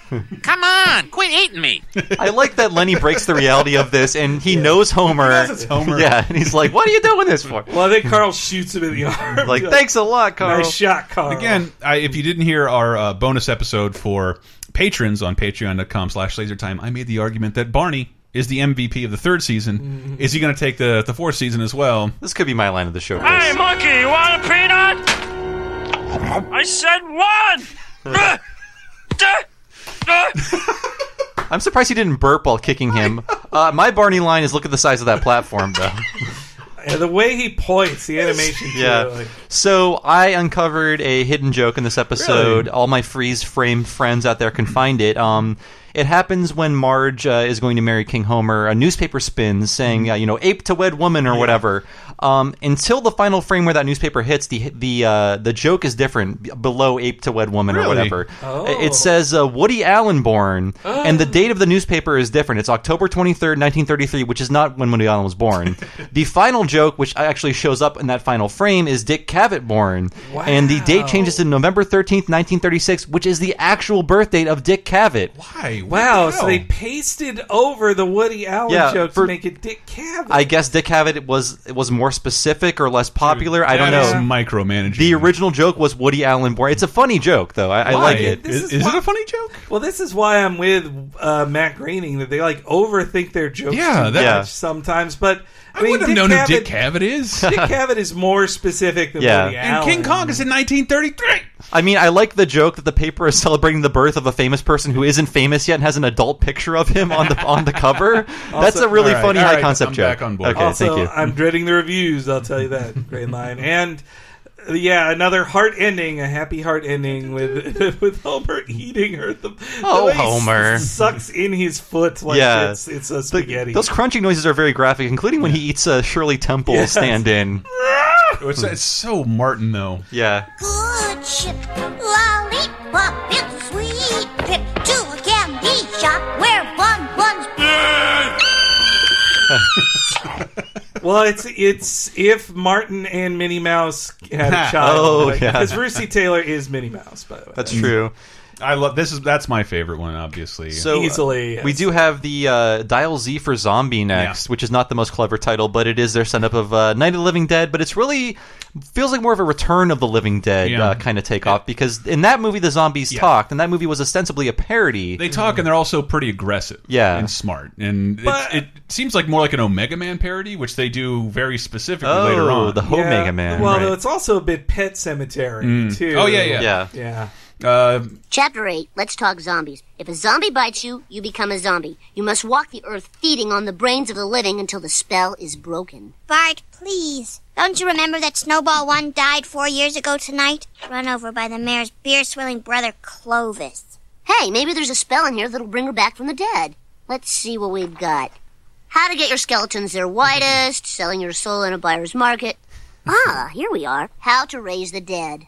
Speaker 8: Come on, quit eating me.
Speaker 3: I like that Lenny breaks the reality of this, and he knows Homer.
Speaker 4: it's Homer.
Speaker 3: Yeah, and he's like, "What are you doing this for?"
Speaker 4: Well, then Carl shoots him in the arm.
Speaker 3: Like, thanks a lot, Carl.
Speaker 4: Nice shot, Carl.
Speaker 1: Again, I, if you didn't hear our uh, bonus episode for patrons on patreon.com slash lasertime, I made the argument that Barney is the MVP of the third season.
Speaker 4: Mm-hmm.
Speaker 1: Is he going to take the, the fourth season as well?
Speaker 3: This could be my line of the show.
Speaker 5: Hey, monkey, you want a peanut? I said one! Ruh! Duh!
Speaker 3: I'm surprised he didn't burp while kicking him. Uh, my Barney line is, "Look at the size of that platform, though."
Speaker 4: Yeah, the way he points, the animation.
Speaker 3: Yeah.
Speaker 4: Too, like,
Speaker 3: So I uncovered a hidden joke in this episode.
Speaker 4: Really?
Speaker 3: All my freeze frame friends out there can find it. Um, it happens when Marge uh, is going to marry King Homer. A newspaper spins saying, uh, you know, ape to wed woman or whatever. Um, until the final frame where that newspaper hits, the the uh, the joke is different b- below ape to wed woman
Speaker 18: Really?
Speaker 3: or whatever.
Speaker 18: Oh.
Speaker 3: It says uh, Woody Allen born, and the date of the newspaper is different. It's October 23rd, 1933, which is not when Woody Allen was born. the final joke, which actually shows up in that final frame, is Dick Cavett born. And the date changes to November 13th, 1936, which is the actual birth date of Dick Cavett.
Speaker 1: Why?
Speaker 4: wow, so they pasted over the Woody Allen
Speaker 3: Yeah,
Speaker 4: joke
Speaker 3: for-
Speaker 4: to make it Dick Cavett.
Speaker 3: I guess Dick Cavett was was more specific or less popular. I don't
Speaker 1: that
Speaker 3: know.
Speaker 1: is micromanaging.
Speaker 3: The original joke was Woody Allen born. It's a funny joke though. I, I
Speaker 4: Why?
Speaker 3: like it.
Speaker 4: This why-
Speaker 1: funny joke?
Speaker 4: Well, this is why I'm with uh, Matt Groening that they like overthink their jokes
Speaker 1: Yeah,
Speaker 4: too
Speaker 1: that- Yeah.
Speaker 4: much sometimes. But I, mean,
Speaker 1: wouldn't have
Speaker 4: Dick
Speaker 1: known who
Speaker 4: Cavett,
Speaker 1: Dick Cavett is.
Speaker 4: Dick Cavett is more specific than
Speaker 3: Yeah.
Speaker 4: Woody
Speaker 3: And
Speaker 4: Allen.
Speaker 1: King Kong is in 1933.
Speaker 3: I mean, I like the joke that the paper is celebrating the birth of a famous person who isn't famous yet and has an adult picture of him on the on the cover. That's
Speaker 4: Also-
Speaker 3: a really
Speaker 4: All right,
Speaker 3: funny
Speaker 4: all
Speaker 3: high
Speaker 4: right,
Speaker 3: concept
Speaker 4: I'm
Speaker 3: joke.
Speaker 4: back on board.
Speaker 3: Okay,
Speaker 4: Also,
Speaker 3: thank you.
Speaker 4: I'm dreading the reviews. I'll tell you that. Great line. And uh, yeah, another heart ending, a happy heart ending with with Homer eating her. The,
Speaker 3: Oh,
Speaker 4: the way he
Speaker 3: Homer.
Speaker 4: s- sucks in his foot like
Speaker 3: Yeah.
Speaker 4: it's it's a spaghetti.
Speaker 3: Those crunchy noises are very graphic, including when he eats a Shirley Temple
Speaker 4: Yes.
Speaker 3: stand-in.
Speaker 1: It's, it's so Martin though.
Speaker 3: Yeah.
Speaker 7: Good chip, lollipop, it's a sweet pip to a candy shop where fun ones.
Speaker 4: well, it's it's if Martin and Minnie Mouse had a child.
Speaker 3: Oh, yeah.
Speaker 4: because Rusty Taylor is Minnie Mouse, by the way.
Speaker 3: That's true.
Speaker 1: I love this. Is that's my favorite one, obviously.
Speaker 3: So uh, we do have the uh, Dial Z for Zombie next, which is not the most clever title, but it is their setup of uh, Night of the Living Dead. But it's really feels like more of a Return of the Living Dead
Speaker 1: Yeah.
Speaker 3: uh, kind of takeoff because in that movie the zombies
Speaker 1: Yeah.
Speaker 3: talked, and that movie was ostensibly a parody.
Speaker 1: They talk, and they're also pretty aggressive,
Speaker 3: Yeah.
Speaker 1: and smart, and it, it seems like more like an Omega Man parody, which they do very specifically
Speaker 3: Oh,
Speaker 1: later on.
Speaker 3: the Omega Man.
Speaker 4: Well,
Speaker 1: Right.
Speaker 4: though it's also a bit Pet Cemetery
Speaker 1: Mm.
Speaker 4: too.
Speaker 1: Oh, yeah, yeah.
Speaker 3: Yeah.
Speaker 4: yeah.
Speaker 1: Uh,
Speaker 18: Chapter 8 Let's Talk Zombies. If a zombie bites you, you become a zombie. You must walk the earth feeding on the brains of the living until the spell is broken.
Speaker 7: Bart, please. Don't you remember that Snowball One died four years ago tonight? Run over by the mayor's beer swilling brother Clovis.
Speaker 18: Hey, maybe there's a spell in here that'll bring her back from the dead. Let's see what we've got. How to get your skeletons their whitest, selling your soul in a buyer's market. Ah, here we are. How to raise the dead.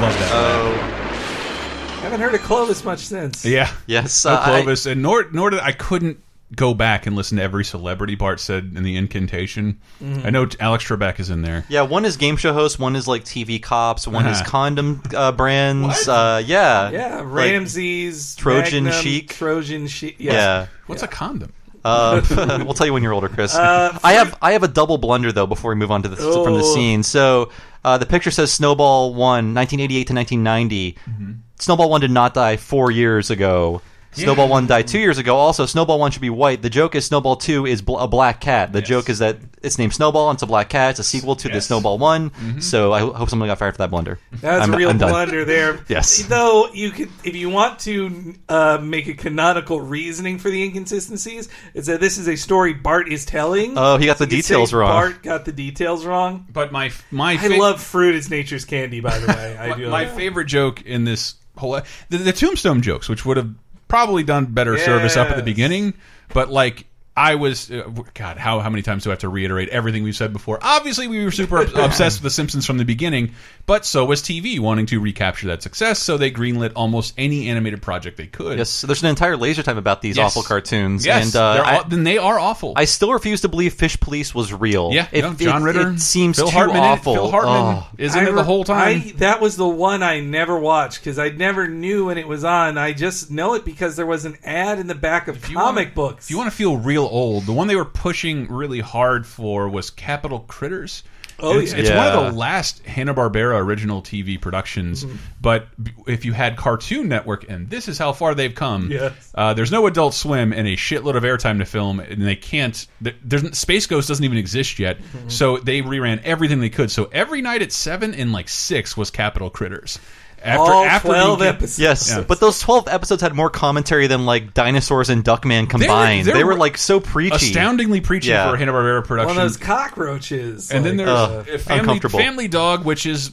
Speaker 1: love that.
Speaker 3: Uh,
Speaker 4: Haven't heard of Clovis much since.
Speaker 1: Yeah.
Speaker 3: Yes.
Speaker 1: No
Speaker 4: uh,
Speaker 1: Clovis, and nor nor did I couldn't go back and listen to every celebrity Bart said in the incantation.
Speaker 4: Mm-hmm.
Speaker 3: Mhm.
Speaker 1: I know t- Alex Trebek is in there.
Speaker 3: Yeah, one is game show host, one is like TV cops, one is
Speaker 1: Uh-huh.
Speaker 3: condom uh, brands. Uh, yeah,
Speaker 4: Yeah,
Speaker 3: Like,
Speaker 4: Ramses,
Speaker 3: Trojan
Speaker 4: Magnum,
Speaker 3: Chic.
Speaker 4: Trojan Chic. yes.
Speaker 3: Yeah.
Speaker 1: What's a condom?
Speaker 3: Uh, we'll tell you when you're older, Chris.
Speaker 4: Uh,
Speaker 3: I have I have a double blunder though before we move on to the from the
Speaker 4: Oh.
Speaker 3: scene. So uh, the picture says Snowball One, 1988 to 1990.
Speaker 4: Mm-hmm.
Speaker 3: Snowball One did not die four years ago. Snowball One died two years ago. Also, Snowball One should be white. The joke is Snowball Two is bl- a black cat. The joke is that it's named Snowball and it's a black cat. It's a sequel to the Snowball One. So I ho- hope someone got fired for that blunder.
Speaker 4: Mm-hmm. That's
Speaker 3: I'm-
Speaker 4: a real
Speaker 3: I'm done.
Speaker 4: blunder there.
Speaker 3: Yes.
Speaker 4: Though you could, if you want to uh, make a canonical reasoning for the inconsistencies, it's that this is a story Bart is telling.
Speaker 3: Oh, he got the
Speaker 4: You could say
Speaker 3: details wrong.
Speaker 4: Bart got the details wrong.
Speaker 1: But my my
Speaker 4: I
Speaker 1: fa-
Speaker 4: love fruit is nature's candy. By the way, I
Speaker 1: My-
Speaker 4: do.
Speaker 1: my favorite joke in this whole the, the tombstone jokes, which would have probably done better service up at the
Speaker 4: Yes.
Speaker 1: beginning, but like. I was uh, God. How how many times do I have to reiterate everything we've said before? Obviously, we were super obsessed with The Simpsons from the beginning, but so was TV, wanting to recapture that success. So they greenlit almost any animated project they could.
Speaker 3: Yes, so there's an entire laser time about these
Speaker 1: Yes.
Speaker 3: awful cartoons.
Speaker 1: Yes,
Speaker 3: and uh,
Speaker 1: they're
Speaker 3: I-
Speaker 1: aw- then they are awful.
Speaker 3: I still refuse to believe Fish Police was real.
Speaker 1: Yeah,
Speaker 3: it,
Speaker 1: no, John
Speaker 3: it-
Speaker 1: Ritter,
Speaker 3: It, seems
Speaker 1: Phil
Speaker 3: too
Speaker 1: Hartman in it.
Speaker 3: awful.
Speaker 1: Phil Hartman
Speaker 3: Oh.
Speaker 1: is in it the
Speaker 4: re-
Speaker 1: whole time.
Speaker 4: I, that was the one I never watched because I never knew when it was on. I just know it because there was an ad in the back of comic books.
Speaker 1: If you want to feel real old, the one they were pushing really hard for was Capital Critters.
Speaker 4: Oh,
Speaker 1: And it's,
Speaker 4: yeah.
Speaker 1: it's one
Speaker 4: Yeah.
Speaker 1: of the last Hanna Barbera original TV productions.
Speaker 4: Mm-hmm.
Speaker 1: But b- if you had Cartoon Network, and this is how far they've come.
Speaker 4: Yes.
Speaker 1: Uh, there's no Adult Swim and a shitload of airtime to film, and they can't. there- There's Space Ghost doesn't even exist yet,
Speaker 4: Mm-hmm.
Speaker 1: so they reran everything they could. So every night at seven and like six was Capital Critters.
Speaker 4: All 12
Speaker 1: Incan-
Speaker 4: episodes.
Speaker 3: Yes,
Speaker 1: Yeah.
Speaker 3: but those twelve episodes had more commentary than like dinosaurs and Duckman combined.
Speaker 1: they're
Speaker 3: they were like so preachy,
Speaker 1: astoundingly preachy
Speaker 3: Yeah.
Speaker 1: for a Hanna Barbera production.
Speaker 4: One of those cockroaches.
Speaker 1: And then
Speaker 4: like,
Speaker 1: there's
Speaker 3: uh,
Speaker 1: a family,
Speaker 3: uncomfortable.
Speaker 1: family Dog, which is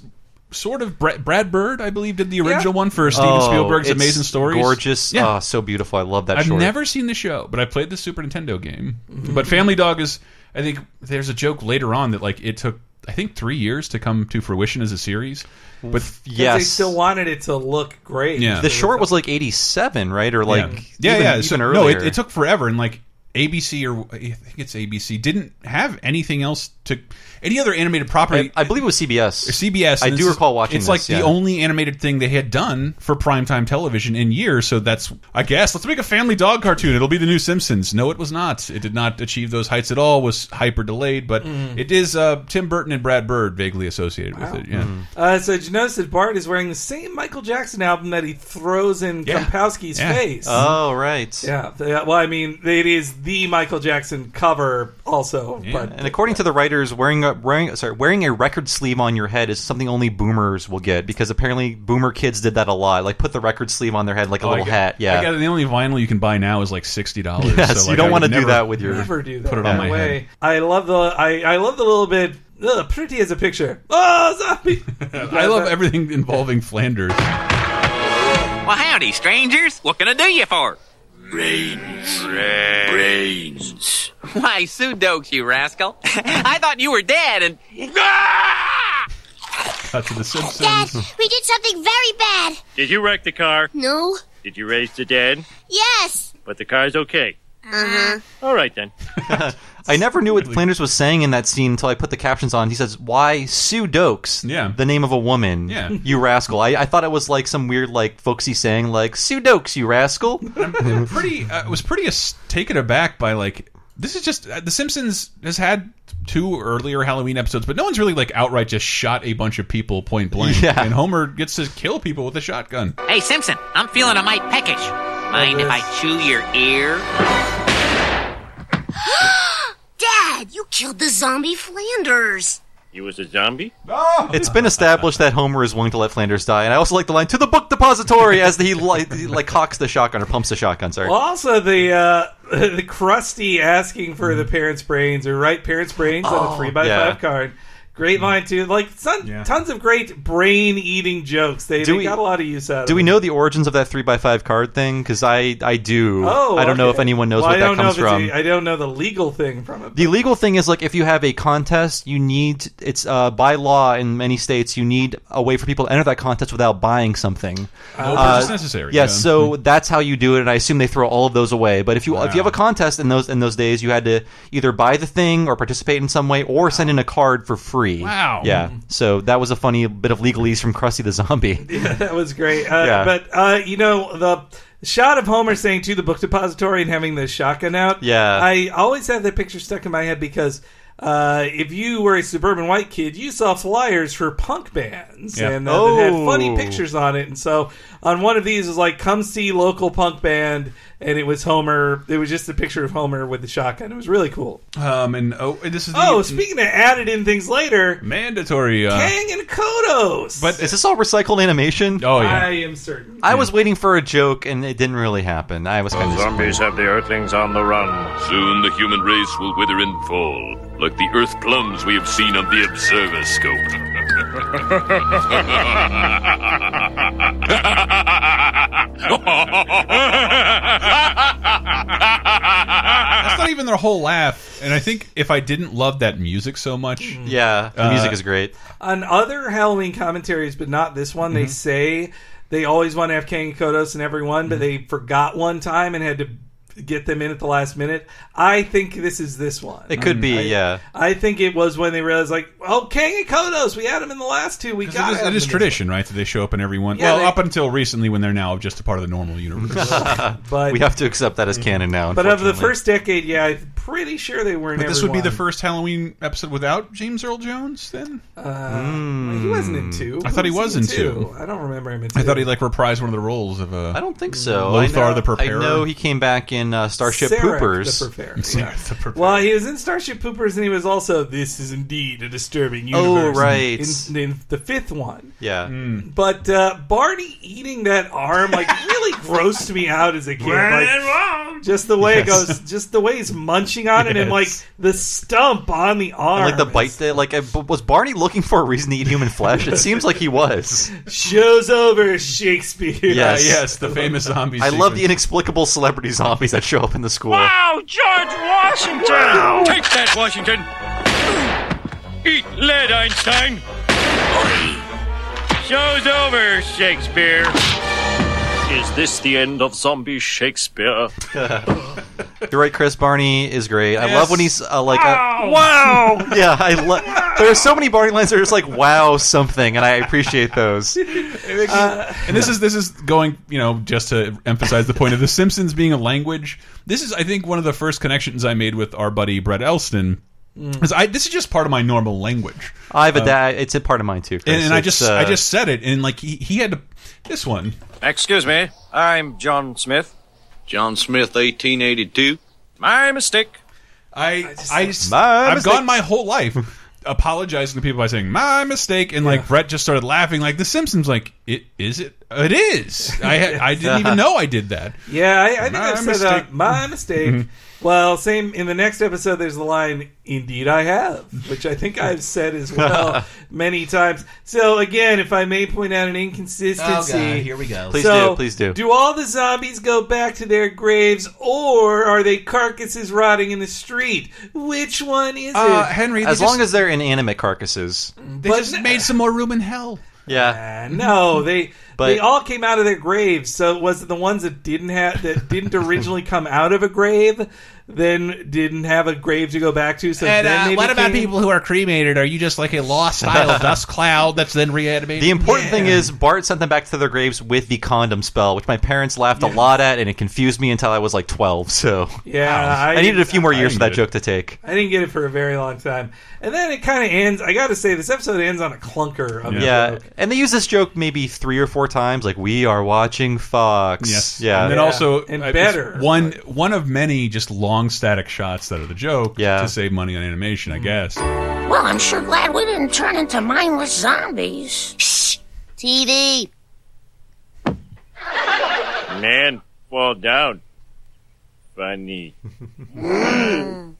Speaker 1: sort of Brad, Brad Bird, I believe, did the original
Speaker 4: Yeah.
Speaker 1: one for Steven
Speaker 3: Oh,
Speaker 1: Spielberg's
Speaker 3: it's
Speaker 1: Amazing Stories.
Speaker 3: Gorgeous,
Speaker 1: Yeah.
Speaker 3: oh, so beautiful. I love that.
Speaker 1: I've
Speaker 3: short.
Speaker 1: never seen the show, but I played the Super Nintendo game. But Family Dog is, I think, there's a joke later on that like it took, I think, three years to come to fruition as a series. But
Speaker 4: 'cause they still wanted it to look great.
Speaker 1: Yeah.
Speaker 3: The short was like eighty-seven, right? Or like
Speaker 1: yeah,
Speaker 3: even,
Speaker 1: yeah.
Speaker 3: even
Speaker 1: so-
Speaker 3: earlier.
Speaker 1: no, it, it took forever, and like ABC or I think it's ABC didn't have anything else to any other animated property.
Speaker 3: I, I believe it was CBS.
Speaker 1: CBS.
Speaker 3: I
Speaker 1: and
Speaker 3: do
Speaker 1: this is-
Speaker 3: recall watching.
Speaker 1: It's
Speaker 3: this,
Speaker 1: like the
Speaker 3: yeah.
Speaker 1: only animated thing they had done for primetime television in years. So that's, I guess, let's make a family dog cartoon. It'll be the new Simpsons. No, it was not. It did not achieve those heights at all. Was hyper delayed, but
Speaker 4: Mm.
Speaker 1: it is uh, Tim Burton and Brad Bird vaguely associated with it. Yeah.
Speaker 3: Mm.
Speaker 4: Uh, so did you notice that Bart is wearing the same Michael Jackson album that he throws in Kompowski's
Speaker 3: Yeah.
Speaker 4: face?
Speaker 1: Uh.
Speaker 3: Oh, right.
Speaker 4: Yeah. They- uh, Well, I mean, it is the Michael Jackson cover, also. But
Speaker 3: And according to the writers, wearing a wearing sorry wearing a record sleeve on your head is something only boomers will get because apparently boomer kids did that a lot. Like put the record sleeve on their head like a
Speaker 1: Oh, I
Speaker 3: little
Speaker 1: got-
Speaker 3: hat. Yeah,
Speaker 1: I got- the only vinyl you can buy now is like sixty dollars.
Speaker 3: Yes, you don't wanna do that with your-
Speaker 4: never do that.
Speaker 1: Put it
Speaker 4: by
Speaker 1: on
Speaker 4: the
Speaker 1: my
Speaker 4: way.
Speaker 1: head.
Speaker 4: I love the. I, I love the little bit. Ugh, pretty as a picture. Oh, zombie!
Speaker 1: I love everything involving Flanders.
Speaker 19: Well, howdy, strangers. What can I do you for?
Speaker 20: Brains. Brains.
Speaker 19: Why, Sue Dokes, you rascal. I thought you were dead and.
Speaker 1: Cut to the Simpsons.
Speaker 7: We did something very bad.
Speaker 5: Did you wreck the car?
Speaker 7: No.
Speaker 5: Did you raise the dead?
Speaker 7: Yes.
Speaker 5: But the car's okay.
Speaker 7: Uh huh.
Speaker 5: All right then.
Speaker 3: I never knew what Flanders was saying in that scene until I put the captions on. He says, "Why Sue Dokes? Yeah, the name of a woman.
Speaker 1: Yeah.
Speaker 3: you rascal." I, I thought it was like some weird like folksy saying like Sue Dokes, you rascal.
Speaker 1: pretty I was pretty as- taken aback by like this is just uh, the Simpsons has had two earlier Halloween episodes, but no one's really like outright just shot a bunch of people point blank.
Speaker 19: Yeah.
Speaker 1: And Homer gets to kill people with a shotgun.
Speaker 4: Uh,
Speaker 19: Hey, Simpson, I'm feeling a mite peckish. Mind if I chew your ear?
Speaker 18: Dad, you killed the zombie Flanders.
Speaker 5: You was a zombie?
Speaker 3: It's been established that Homer is willing to let Flanders die, and I also like the line to the book depository as he like, he, like cocks the shotgun or pumps the shotgun. Sorry,
Speaker 4: Well, also the uh, the crusty asking for the parents' brains or write parents' brains on
Speaker 3: Oh,
Speaker 4: a three by
Speaker 3: yeah.
Speaker 4: five card. Great line too. Like son, tons of great brain eating jokes. They,
Speaker 3: Do
Speaker 4: they
Speaker 3: we-
Speaker 4: got a lot of use out of.
Speaker 3: do we
Speaker 4: it.
Speaker 3: know the origins of that three x five card thing? Because I I do.
Speaker 4: Oh,
Speaker 3: I don't know
Speaker 4: okay.
Speaker 3: if anyone knows
Speaker 4: Well, I
Speaker 3: where that
Speaker 4: don't know
Speaker 3: comes
Speaker 4: if it's
Speaker 3: from.
Speaker 4: a- I don't know the legal thing from it.
Speaker 3: The legal thing is like if you have a contest, you need it's uh, by law in many states you need a way for people to enter that contest without buying something.
Speaker 1: No purchase necessary,
Speaker 3: Yeah,
Speaker 1: yeah.
Speaker 3: so that's how you do it, and I assume they throw all of those away. But if you if you have a contest in those in those days, you had to either buy the thing or participate in some way or send in a card for free.
Speaker 4: Wow.
Speaker 3: Yeah. So that was a funny bit of legalese from Krusty the Zombie.
Speaker 4: Yeah, that was great. Uh,
Speaker 3: Yeah.
Speaker 4: But uh, you know the shot of Homer saying to the book depository and having the shotgun out.
Speaker 3: Yeah.
Speaker 4: I always have that picture stuck in my head because uh, if you were a suburban white kid, you saw flyers for punk bands
Speaker 21: Yeah.
Speaker 4: and uh, that had funny
Speaker 21: Oh.
Speaker 4: pictures on it. And so on one of these is like, "Come see local punk band," and it was Homer. It was just a picture of Homer with the shotgun. It was really cool.
Speaker 1: Um, and oh, and this is the
Speaker 4: Oh, speaking of added in things later,
Speaker 1: mandatory. Uh,
Speaker 4: Kang and Kodos.
Speaker 3: But is this all recycled animation?
Speaker 1: Oh
Speaker 4: I am certain.
Speaker 3: I was waiting for a joke and it didn't really happen. I was kind of
Speaker 22: Zombies have the Earthlings on the run. Soon the human race will wither and fall, like the Earth plums we have seen on the Observer
Speaker 1: That's not even their whole laugh. And I think if I didn't love that music so
Speaker 4: Mm.
Speaker 1: much,
Speaker 3: yeah,
Speaker 1: Uh,
Speaker 3: the music is great.
Speaker 4: on other Halloween commentaries, but not this one, they
Speaker 1: Mhm.
Speaker 4: say they always want to have Kang and Kodos and everyone,
Speaker 1: Mm-hmm.
Speaker 4: but they forgot one time and had to get them in at the last minute. I think this is this one.
Speaker 3: It
Speaker 1: um,
Speaker 3: could be,
Speaker 4: I,
Speaker 3: yeah.
Speaker 4: I think it was when they realized, like, oh, Kang and Kodos, we had them in the last two. We got
Speaker 1: It is, it is tradition, right? That they show up in everyone.
Speaker 4: Yeah,
Speaker 1: well,
Speaker 4: they-
Speaker 1: up until recently, when they're now just a part of the normal universe.
Speaker 4: But-
Speaker 3: we have to accept that as
Speaker 1: Mm-hmm.
Speaker 3: canon now.
Speaker 4: But of the
Speaker 3: unfortunately.
Speaker 4: first decade, yeah, I'm pretty sure they weren't.
Speaker 1: But this would be the
Speaker 4: everyone.
Speaker 1: first Halloween episode without James Earl Jones. Then
Speaker 4: Uh, well, He wasn't in two.
Speaker 1: Mm. I thought he was in two.
Speaker 4: I don't remember him in two.
Speaker 1: I thought he like reprised one of the roles of uh, a.
Speaker 3: I don't think so.
Speaker 1: Lothar
Speaker 3: I know,
Speaker 1: the Preparer.
Speaker 3: I know he came back in uh, Starship
Speaker 4: Sarek the
Speaker 3: Poopers.
Speaker 4: Preparer, Well, he was in Starship Poopers, and he was also "This is indeed a disturbing
Speaker 3: Oh,
Speaker 4: universe."
Speaker 3: right.
Speaker 4: in, in the fifth one.
Speaker 3: Yeah.
Speaker 1: Mm.
Speaker 4: But uh, Barney eating that arm like really grossed me out as a kid. Like, just the way
Speaker 3: Yes.
Speaker 4: it goes, just the way he's munching on it, and like
Speaker 3: Yes.
Speaker 4: the stump on the
Speaker 3: And,
Speaker 4: arm.
Speaker 3: like the bite that, like, I- but was Barney looking for a reason to eat human flesh? It seems like he was.
Speaker 4: shows over Shakespeare.
Speaker 3: Yes.
Speaker 1: the famous zombies.
Speaker 3: I love the inexplicable celebrity zombies that show up in the school.
Speaker 4: Ah!
Speaker 20: Wow, George Washington!
Speaker 5: Take that, Washington! Eat lead, Einstein! Show's over, Shakespeare!
Speaker 23: Is this the end of zombie Shakespeare?
Speaker 3: You're right, Chris. Barney is great. I
Speaker 23: Yes.
Speaker 3: love when he's uh, like,
Speaker 4: Ah!
Speaker 3: uh,
Speaker 23: Wow.
Speaker 3: yeah, I love. There are so many Barney lines that are just like, wow, something, and I appreciate those.
Speaker 1: and this is this is going you know just to emphasize the point of the Simpsons being a language. This is I think one of the first connections I made with our buddy Brett Elston.
Speaker 3: Mm.
Speaker 1: 'Cause I, this is just part of my normal language.
Speaker 3: I but
Speaker 1: Um,
Speaker 3: that it's a part of mine too. Chris.
Speaker 1: and, and I
Speaker 3: It's,
Speaker 1: just
Speaker 3: uh,
Speaker 1: I just said it, and like he, he had to, this one.
Speaker 23: Excuse me, I'm John Smith. John Smith, 1882. My mistake.
Speaker 1: I, I s-
Speaker 23: My
Speaker 1: I've
Speaker 23: mistake.
Speaker 1: gone my whole life apologizing to people by saying my mistake, and like Brett just started laughing. Like the Simpsons, like it is it it is. I had, I didn't even know I did that.
Speaker 4: Yeah, I, I think
Speaker 1: My
Speaker 4: I've said
Speaker 1: mistake.
Speaker 4: that. My mistake.
Speaker 3: Mm-hmm.
Speaker 1: Mhm.
Speaker 4: Well, same in the next episode. There's the line, "Indeed, I have," which I think I've said as well many times. So again, if I may point out an inconsistency,
Speaker 3: Oh, God, here we go. Please
Speaker 4: So,
Speaker 3: do, please do.
Speaker 4: Do all the zombies go back to their graves, or are they carcasses rotting in the street? Which one is
Speaker 1: Uh,
Speaker 4: it,
Speaker 1: Henry,
Speaker 3: as long as they're inanimate carcasses.
Speaker 1: They just made some more room in hell.
Speaker 3: Yeah.
Speaker 4: Uh, No, they
Speaker 3: Mm-hmm. But-
Speaker 4: they all came out of their graves. So was it the ones that didn't have that didn't originally come out of a grave, then didn't have a grave to go back to? So
Speaker 1: And,
Speaker 4: then
Speaker 1: uh,
Speaker 4: they
Speaker 1: what about
Speaker 4: became-
Speaker 1: people who are cremated? Are you just like a lost style dust cloud that's then reanimated?
Speaker 3: The important thing is Bart sent them back to their graves with the condom spell, which my parents laughed a lot at, and it confused me until I was like twelve. So
Speaker 4: Yeah,
Speaker 3: I,
Speaker 4: I-
Speaker 3: needed a few more
Speaker 4: I
Speaker 3: years for that
Speaker 4: did.
Speaker 3: joke to take.
Speaker 4: I didn't get it for a very long time, and then it kind of ends. I got to say, this episode ends on a clunker. Of a
Speaker 3: Yeah,
Speaker 4: joke.
Speaker 3: and they use this joke maybe three or four times, like "We are watching Fox."
Speaker 1: Yes.
Speaker 3: yeah,
Speaker 1: And then also
Speaker 4: And
Speaker 1: uh, it's
Speaker 4: better.
Speaker 1: one one of many just long static shots that are the joke yeah. to save money on animation, I guess.
Speaker 6: Well, I'm sure glad we didn't turn into mindless zombies. Shh!
Speaker 18: TV.
Speaker 5: Man, fall down. Funny.
Speaker 4: I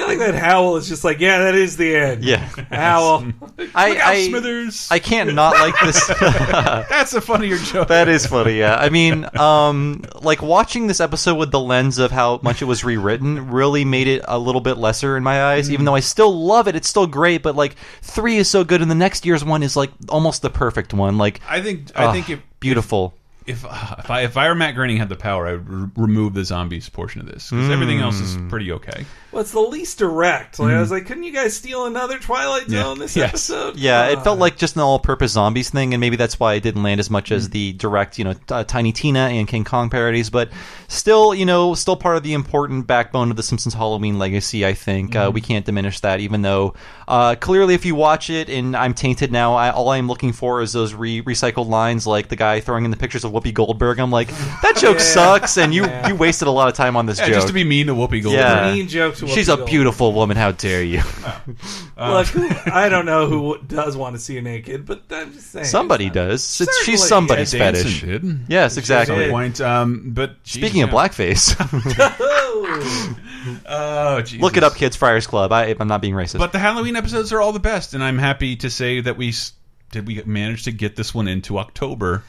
Speaker 4: feel like that howl is just like, yeah, that is the end.
Speaker 3: Yeah.
Speaker 4: Howl.
Speaker 3: I,
Speaker 4: Look out,
Speaker 3: I-
Speaker 1: Smithers.
Speaker 3: I can't not like this. That's
Speaker 1: a funnier joke.
Speaker 3: That is funny. Yeah, I mean, um, like watching this episode with the lens of how much it was rewritten really made it a little bit lesser in my eyes. Even though I still love it, it's still great. But like three is so good, and the next year's one is like almost the perfect one. Like
Speaker 1: I think- I
Speaker 3: ah,
Speaker 1: think if-
Speaker 3: beautiful.
Speaker 1: If, uh, if I if I were Matt Groening had the power, I would re- remove the zombies portion of this because everything else is
Speaker 3: Mm.
Speaker 1: pretty okay.
Speaker 4: Well, it's the least direct. Like, I
Speaker 1: Mhm.
Speaker 3: Mm-hmm.
Speaker 4: was like, couldn't you guys steal another Twilight
Speaker 1: Yeah.
Speaker 4: Zone this
Speaker 1: Yes.
Speaker 4: episode? Uh,
Speaker 3: Yeah, it felt like just an all-purpose zombies thing, and maybe that's why it didn't land as much
Speaker 1: Hmm.
Speaker 3: as the direct, you know, t- uh, Tiny Tina and King Kong parodies. But still, you know, still part of the important backbone of the Simpsons Halloween legacy. I think uh,
Speaker 1: Hmm.
Speaker 3: we can't diminish that, even though uh, clearly, if you watch it, and I'm tainted now. I, all I'm looking for is those re- recycled lines, like the guy throwing in the pictures of Whoopi Goldberg. I'm like, that joke sucks, and you you wasted a lot of time on this
Speaker 1: Yeah,
Speaker 3: joke
Speaker 1: just to be mean to Whoopi Goldberg.
Speaker 3: Yeah.
Speaker 4: Mean joke to
Speaker 3: She's
Speaker 4: Whoopi
Speaker 3: a
Speaker 4: Goldberg.
Speaker 3: beautiful woman. How dare you?
Speaker 1: Uh,
Speaker 4: Look, I don't know who does want to see you naked, but I'm just saying.
Speaker 3: Somebody does. It's, she's
Speaker 4: Certainly.
Speaker 3: somebody's
Speaker 1: Ted Danson
Speaker 3: fetish.
Speaker 1: did.
Speaker 3: Yes, exactly.
Speaker 1: Good point. Um, but
Speaker 3: Speaking of blackface,
Speaker 1: oh, Jesus.
Speaker 3: look it up, kids. Friars Club. I, I'm not being racist.
Speaker 1: But the Halloween episodes are all the best, and I'm happy to say that we s- did we manage to get this one into October.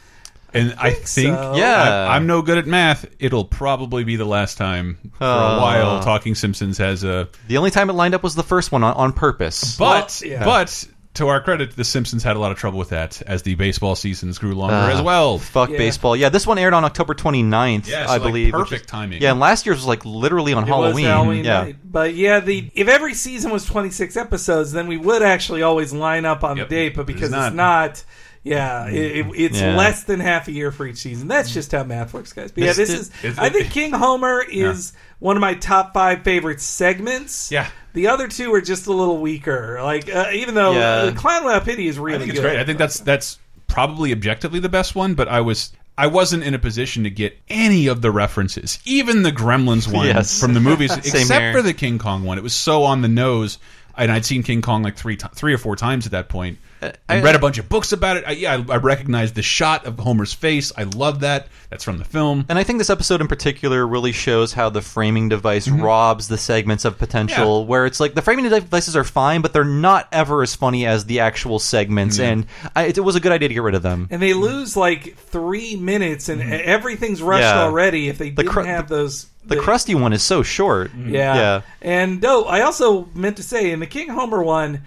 Speaker 1: And I think,
Speaker 3: so. Yeah.
Speaker 1: I, am no good at math. It'll probably be the last time for
Speaker 3: Uh.
Speaker 1: a while. Talking Simpsons has a
Speaker 3: the only time it lined up was the first one on, on purpose.
Speaker 1: But
Speaker 3: Yeah.
Speaker 1: but to our credit, The Simpsons had a lot of trouble with that as the baseball seasons grew longer
Speaker 3: Uh,
Speaker 1: as well.
Speaker 3: Fuck baseball. Yeah, this one aired on October 29th,
Speaker 1: Yeah, so,
Speaker 3: I
Speaker 1: like,
Speaker 3: believe. which
Speaker 1: perfect
Speaker 3: is-
Speaker 1: timing.
Speaker 3: Yeah, and last year's was like literally on
Speaker 4: It
Speaker 3: Halloween.
Speaker 4: was Halloween
Speaker 3: yeah.
Speaker 4: night. But yeah, the if every season was 26 episodes, then we would actually always line up on the date. But because
Speaker 1: not. Mm.
Speaker 4: it's not, yeah, it, it- it's
Speaker 1: Yeah.
Speaker 4: less than half a year for each season. That's just how math works, guys. But yeah,
Speaker 1: It's-
Speaker 4: this
Speaker 1: it-
Speaker 4: is.
Speaker 1: it's-
Speaker 4: I think King Homer
Speaker 1: Yeah.
Speaker 4: is one of my top five favorite segments.
Speaker 1: Yeah.
Speaker 4: The other two are just a little weaker. Like uh, even though
Speaker 1: Yeah.
Speaker 4: uh, Clown Without Pity is really
Speaker 1: I think it's
Speaker 4: good.
Speaker 1: great. I think that's that's probably objectively the best one, but I was I wasn't in a position to get any of the references, even the Gremlins one
Speaker 3: Yes.
Speaker 1: from the movies,
Speaker 3: Same
Speaker 1: except
Speaker 3: here.
Speaker 1: for the King Kong one. It was so on the nose, and I'd seen King Kong like three to- three or four times at that point. I
Speaker 3: Uh, I-
Speaker 1: read a bunch of books about it. I, yeah, I, I recognized the shot of Homer's face. I love that. That's from the film.
Speaker 3: And I think this episode in particular really shows how the framing device
Speaker 1: Mm-hmm.
Speaker 3: robs the segments of potential. Where it's like the framing devices are fine, but they're not ever as funny as the actual segments.
Speaker 1: Mm-hmm.
Speaker 3: And I, it, was a good idea to get rid of them.
Speaker 4: and they lose like three minutes, and everything's rushed
Speaker 3: Mm-hmm. Yeah.
Speaker 4: already. If they didn't
Speaker 3: cru-
Speaker 4: have those,
Speaker 3: The crusty one is so short.
Speaker 4: Yeah.
Speaker 3: yeah.
Speaker 4: And no, I also meant to say in the King Homer one,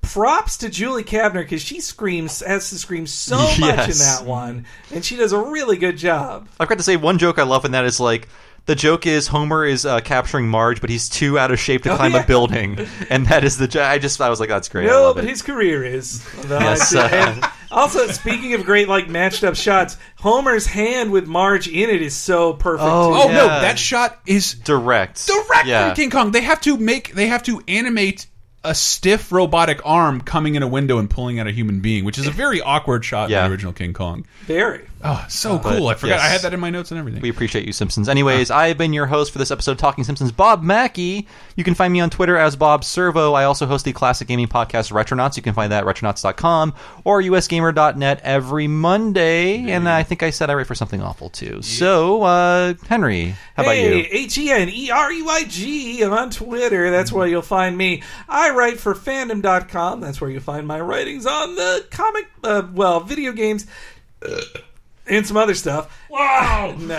Speaker 4: props to Julie Kavner because she screams has to scream so much in
Speaker 3: Yes.
Speaker 4: that one, and she does a really good job.
Speaker 3: I've got to say one joke I love, and that is like the joke is Homer is uh, capturing Marge, but he's too out of shape to
Speaker 4: Oh,
Speaker 3: climb
Speaker 4: yeah.
Speaker 3: a building, and that is the. Jo- I just I was like, that's great. I
Speaker 4: no,
Speaker 3: love
Speaker 4: but
Speaker 3: it.
Speaker 4: his career is. Although I
Speaker 3: Yes,
Speaker 4: do-
Speaker 3: uh,
Speaker 4: and also, speaking of great like matched up shots, Homer's hand with Marge in it is so perfect.
Speaker 1: Oh,
Speaker 4: too.
Speaker 1: no, that shot is
Speaker 3: direct.
Speaker 1: Direct
Speaker 4: Yeah.
Speaker 1: from King Kong. They have to make they have to animate a stiff robotic arm coming in a window and pulling out a human being, which is a very awkward shot in the original King Kong.
Speaker 4: Very.
Speaker 1: Oh, so
Speaker 3: But,
Speaker 1: cool. I forgot
Speaker 3: yes.
Speaker 1: I had that in my notes and everything.
Speaker 3: We appreciate you, Simpsons. Anyways, I have been your host for this episode of Talking Simpsons, Bob Mackey. You can find me on Twitter as Bob Servo. I also host the classic gaming podcast Retronauts. You can find that at retronauts.com or usgamer.net every Monday. And I think I said I write for something awful, too. So, uh, Henry, how about you?
Speaker 4: hey, H E N E R E Y G on Twitter. That's where you'll find me. I write for fandom.com. That's where you'll find my writings on the comic, uh, well, video games, uh, and some other stuff. Wow! Come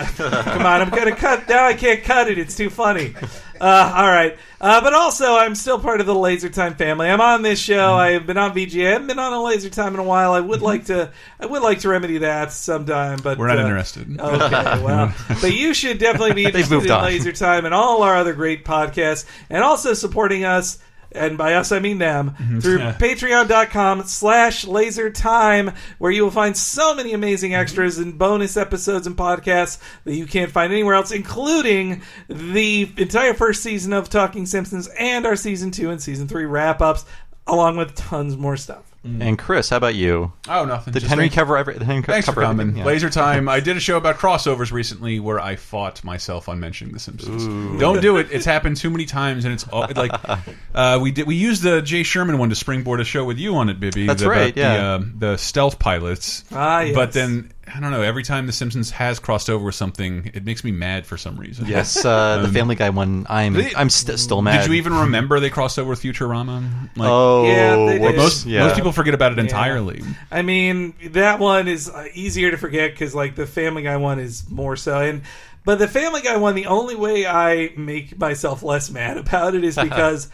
Speaker 4: on, I'm gonna cut. Now I can't cut it. It's too funny. Uh, all right, uh, but also I'm still part of the Laser Time family. I'm on this show. I have been on VGA. I haven't been on a Laser Time in a while. I would like to. I would like to remedy that sometime. But
Speaker 1: We're not
Speaker 4: uh,
Speaker 1: interested.
Speaker 4: Okay, well, but you should definitely be
Speaker 1: They've
Speaker 4: interested
Speaker 1: moved
Speaker 4: in
Speaker 1: on.
Speaker 4: Laser Time and all our other great podcasts, and also supporting us. And by us, I mean them through
Speaker 1: Mm-hmm. Yeah.
Speaker 4: patreon.com slash laser time, where you will find so many amazing
Speaker 1: Mm-hmm.
Speaker 4: extras and bonus episodes and podcasts that you can't find anywhere else, including the entire first season of Talking Simpsons and our season two and season three wrap ups, along with tons more stuff.
Speaker 3: And Chris, how about you?
Speaker 1: Oh, nothing.
Speaker 3: Did
Speaker 1: Just
Speaker 3: Henry
Speaker 1: thank-
Speaker 3: cover every? Henry co-
Speaker 1: Thanks for
Speaker 3: cover everything?
Speaker 1: coming.
Speaker 3: Yeah.
Speaker 1: Laser time. I did a show about crossovers recently where I fought myself on mentioning The Simpsons. Don't do it. It's happened too many times, and it's all, it's like uh, we did. We used the Jay Sherman one to springboard a show with you on it, Bibby.
Speaker 3: That's
Speaker 1: about
Speaker 3: right,
Speaker 1: The,
Speaker 3: yeah.
Speaker 1: um, the stealth pilots.
Speaker 4: Ah, yes.
Speaker 1: But then I don't know. Every time The Simpsons has crossed over with something, it makes me mad for some reason.
Speaker 3: Yes, uh, the
Speaker 1: Um,
Speaker 3: Family Guy one. I'm
Speaker 1: did-
Speaker 3: I'm st- still mad.
Speaker 1: Did you even remember they crossed over with Futurama?
Speaker 3: Oh, Yeah, they
Speaker 1: well,
Speaker 3: did.
Speaker 1: most
Speaker 3: yeah.
Speaker 1: most people forget about it
Speaker 4: Yeah.
Speaker 1: entirely.
Speaker 4: I mean, that one is uh, easier to forget because like the Family Guy one is more so. And but the Family Guy one, the only way I make myself less mad about it is because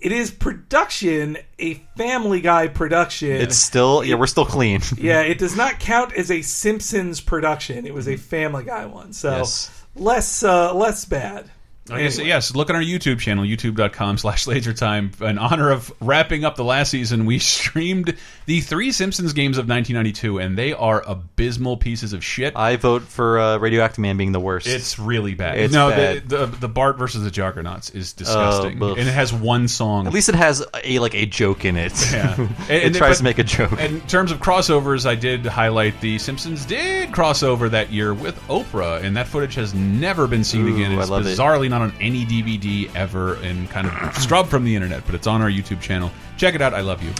Speaker 4: it is production, a Family Guy production.
Speaker 3: It's still yeah. We're still clean.
Speaker 4: yeah, it does not count as a Simpsons production. It was a Family Guy one, so
Speaker 1: Yes.
Speaker 4: less uh, less bad.
Speaker 1: I guess, yes, look on our YouTube channel, youtube.com slash lasertime. In honor of wrapping up the last season, we streamed the three Simpsons games of 1992, and they are abysmal pieces of shit.
Speaker 3: I vote for uh, Radioactive Man being the worst.
Speaker 1: It's really bad.
Speaker 3: It's
Speaker 1: no,
Speaker 3: bad.
Speaker 1: The, the, the Bart versus the Juggernauts is disgusting.
Speaker 3: Oh,
Speaker 1: and
Speaker 3: oof.
Speaker 1: it has one song.
Speaker 3: At least it has a like a joke in it.
Speaker 1: Yeah.
Speaker 3: it
Speaker 1: And-
Speaker 3: tries
Speaker 1: but-
Speaker 3: to make a joke.
Speaker 1: In terms of crossovers, I did highlight the Simpsons did crossover that year with Oprah, and that footage has never been seen
Speaker 3: Ooh,
Speaker 1: again.
Speaker 3: I
Speaker 1: It's
Speaker 3: love it.
Speaker 1: bizarrely not on any DVD ever, and kind of scrubbed from the internet. But it's on our YouTube channel. Check it out. I love you.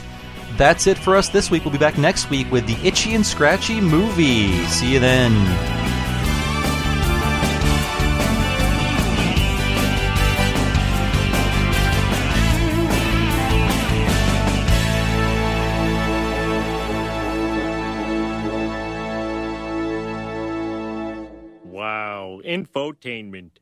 Speaker 3: That's it for us this week. We'll be back next week with the Itchy and Scratchy movie. See you then.
Speaker 5: Wow, infotainment.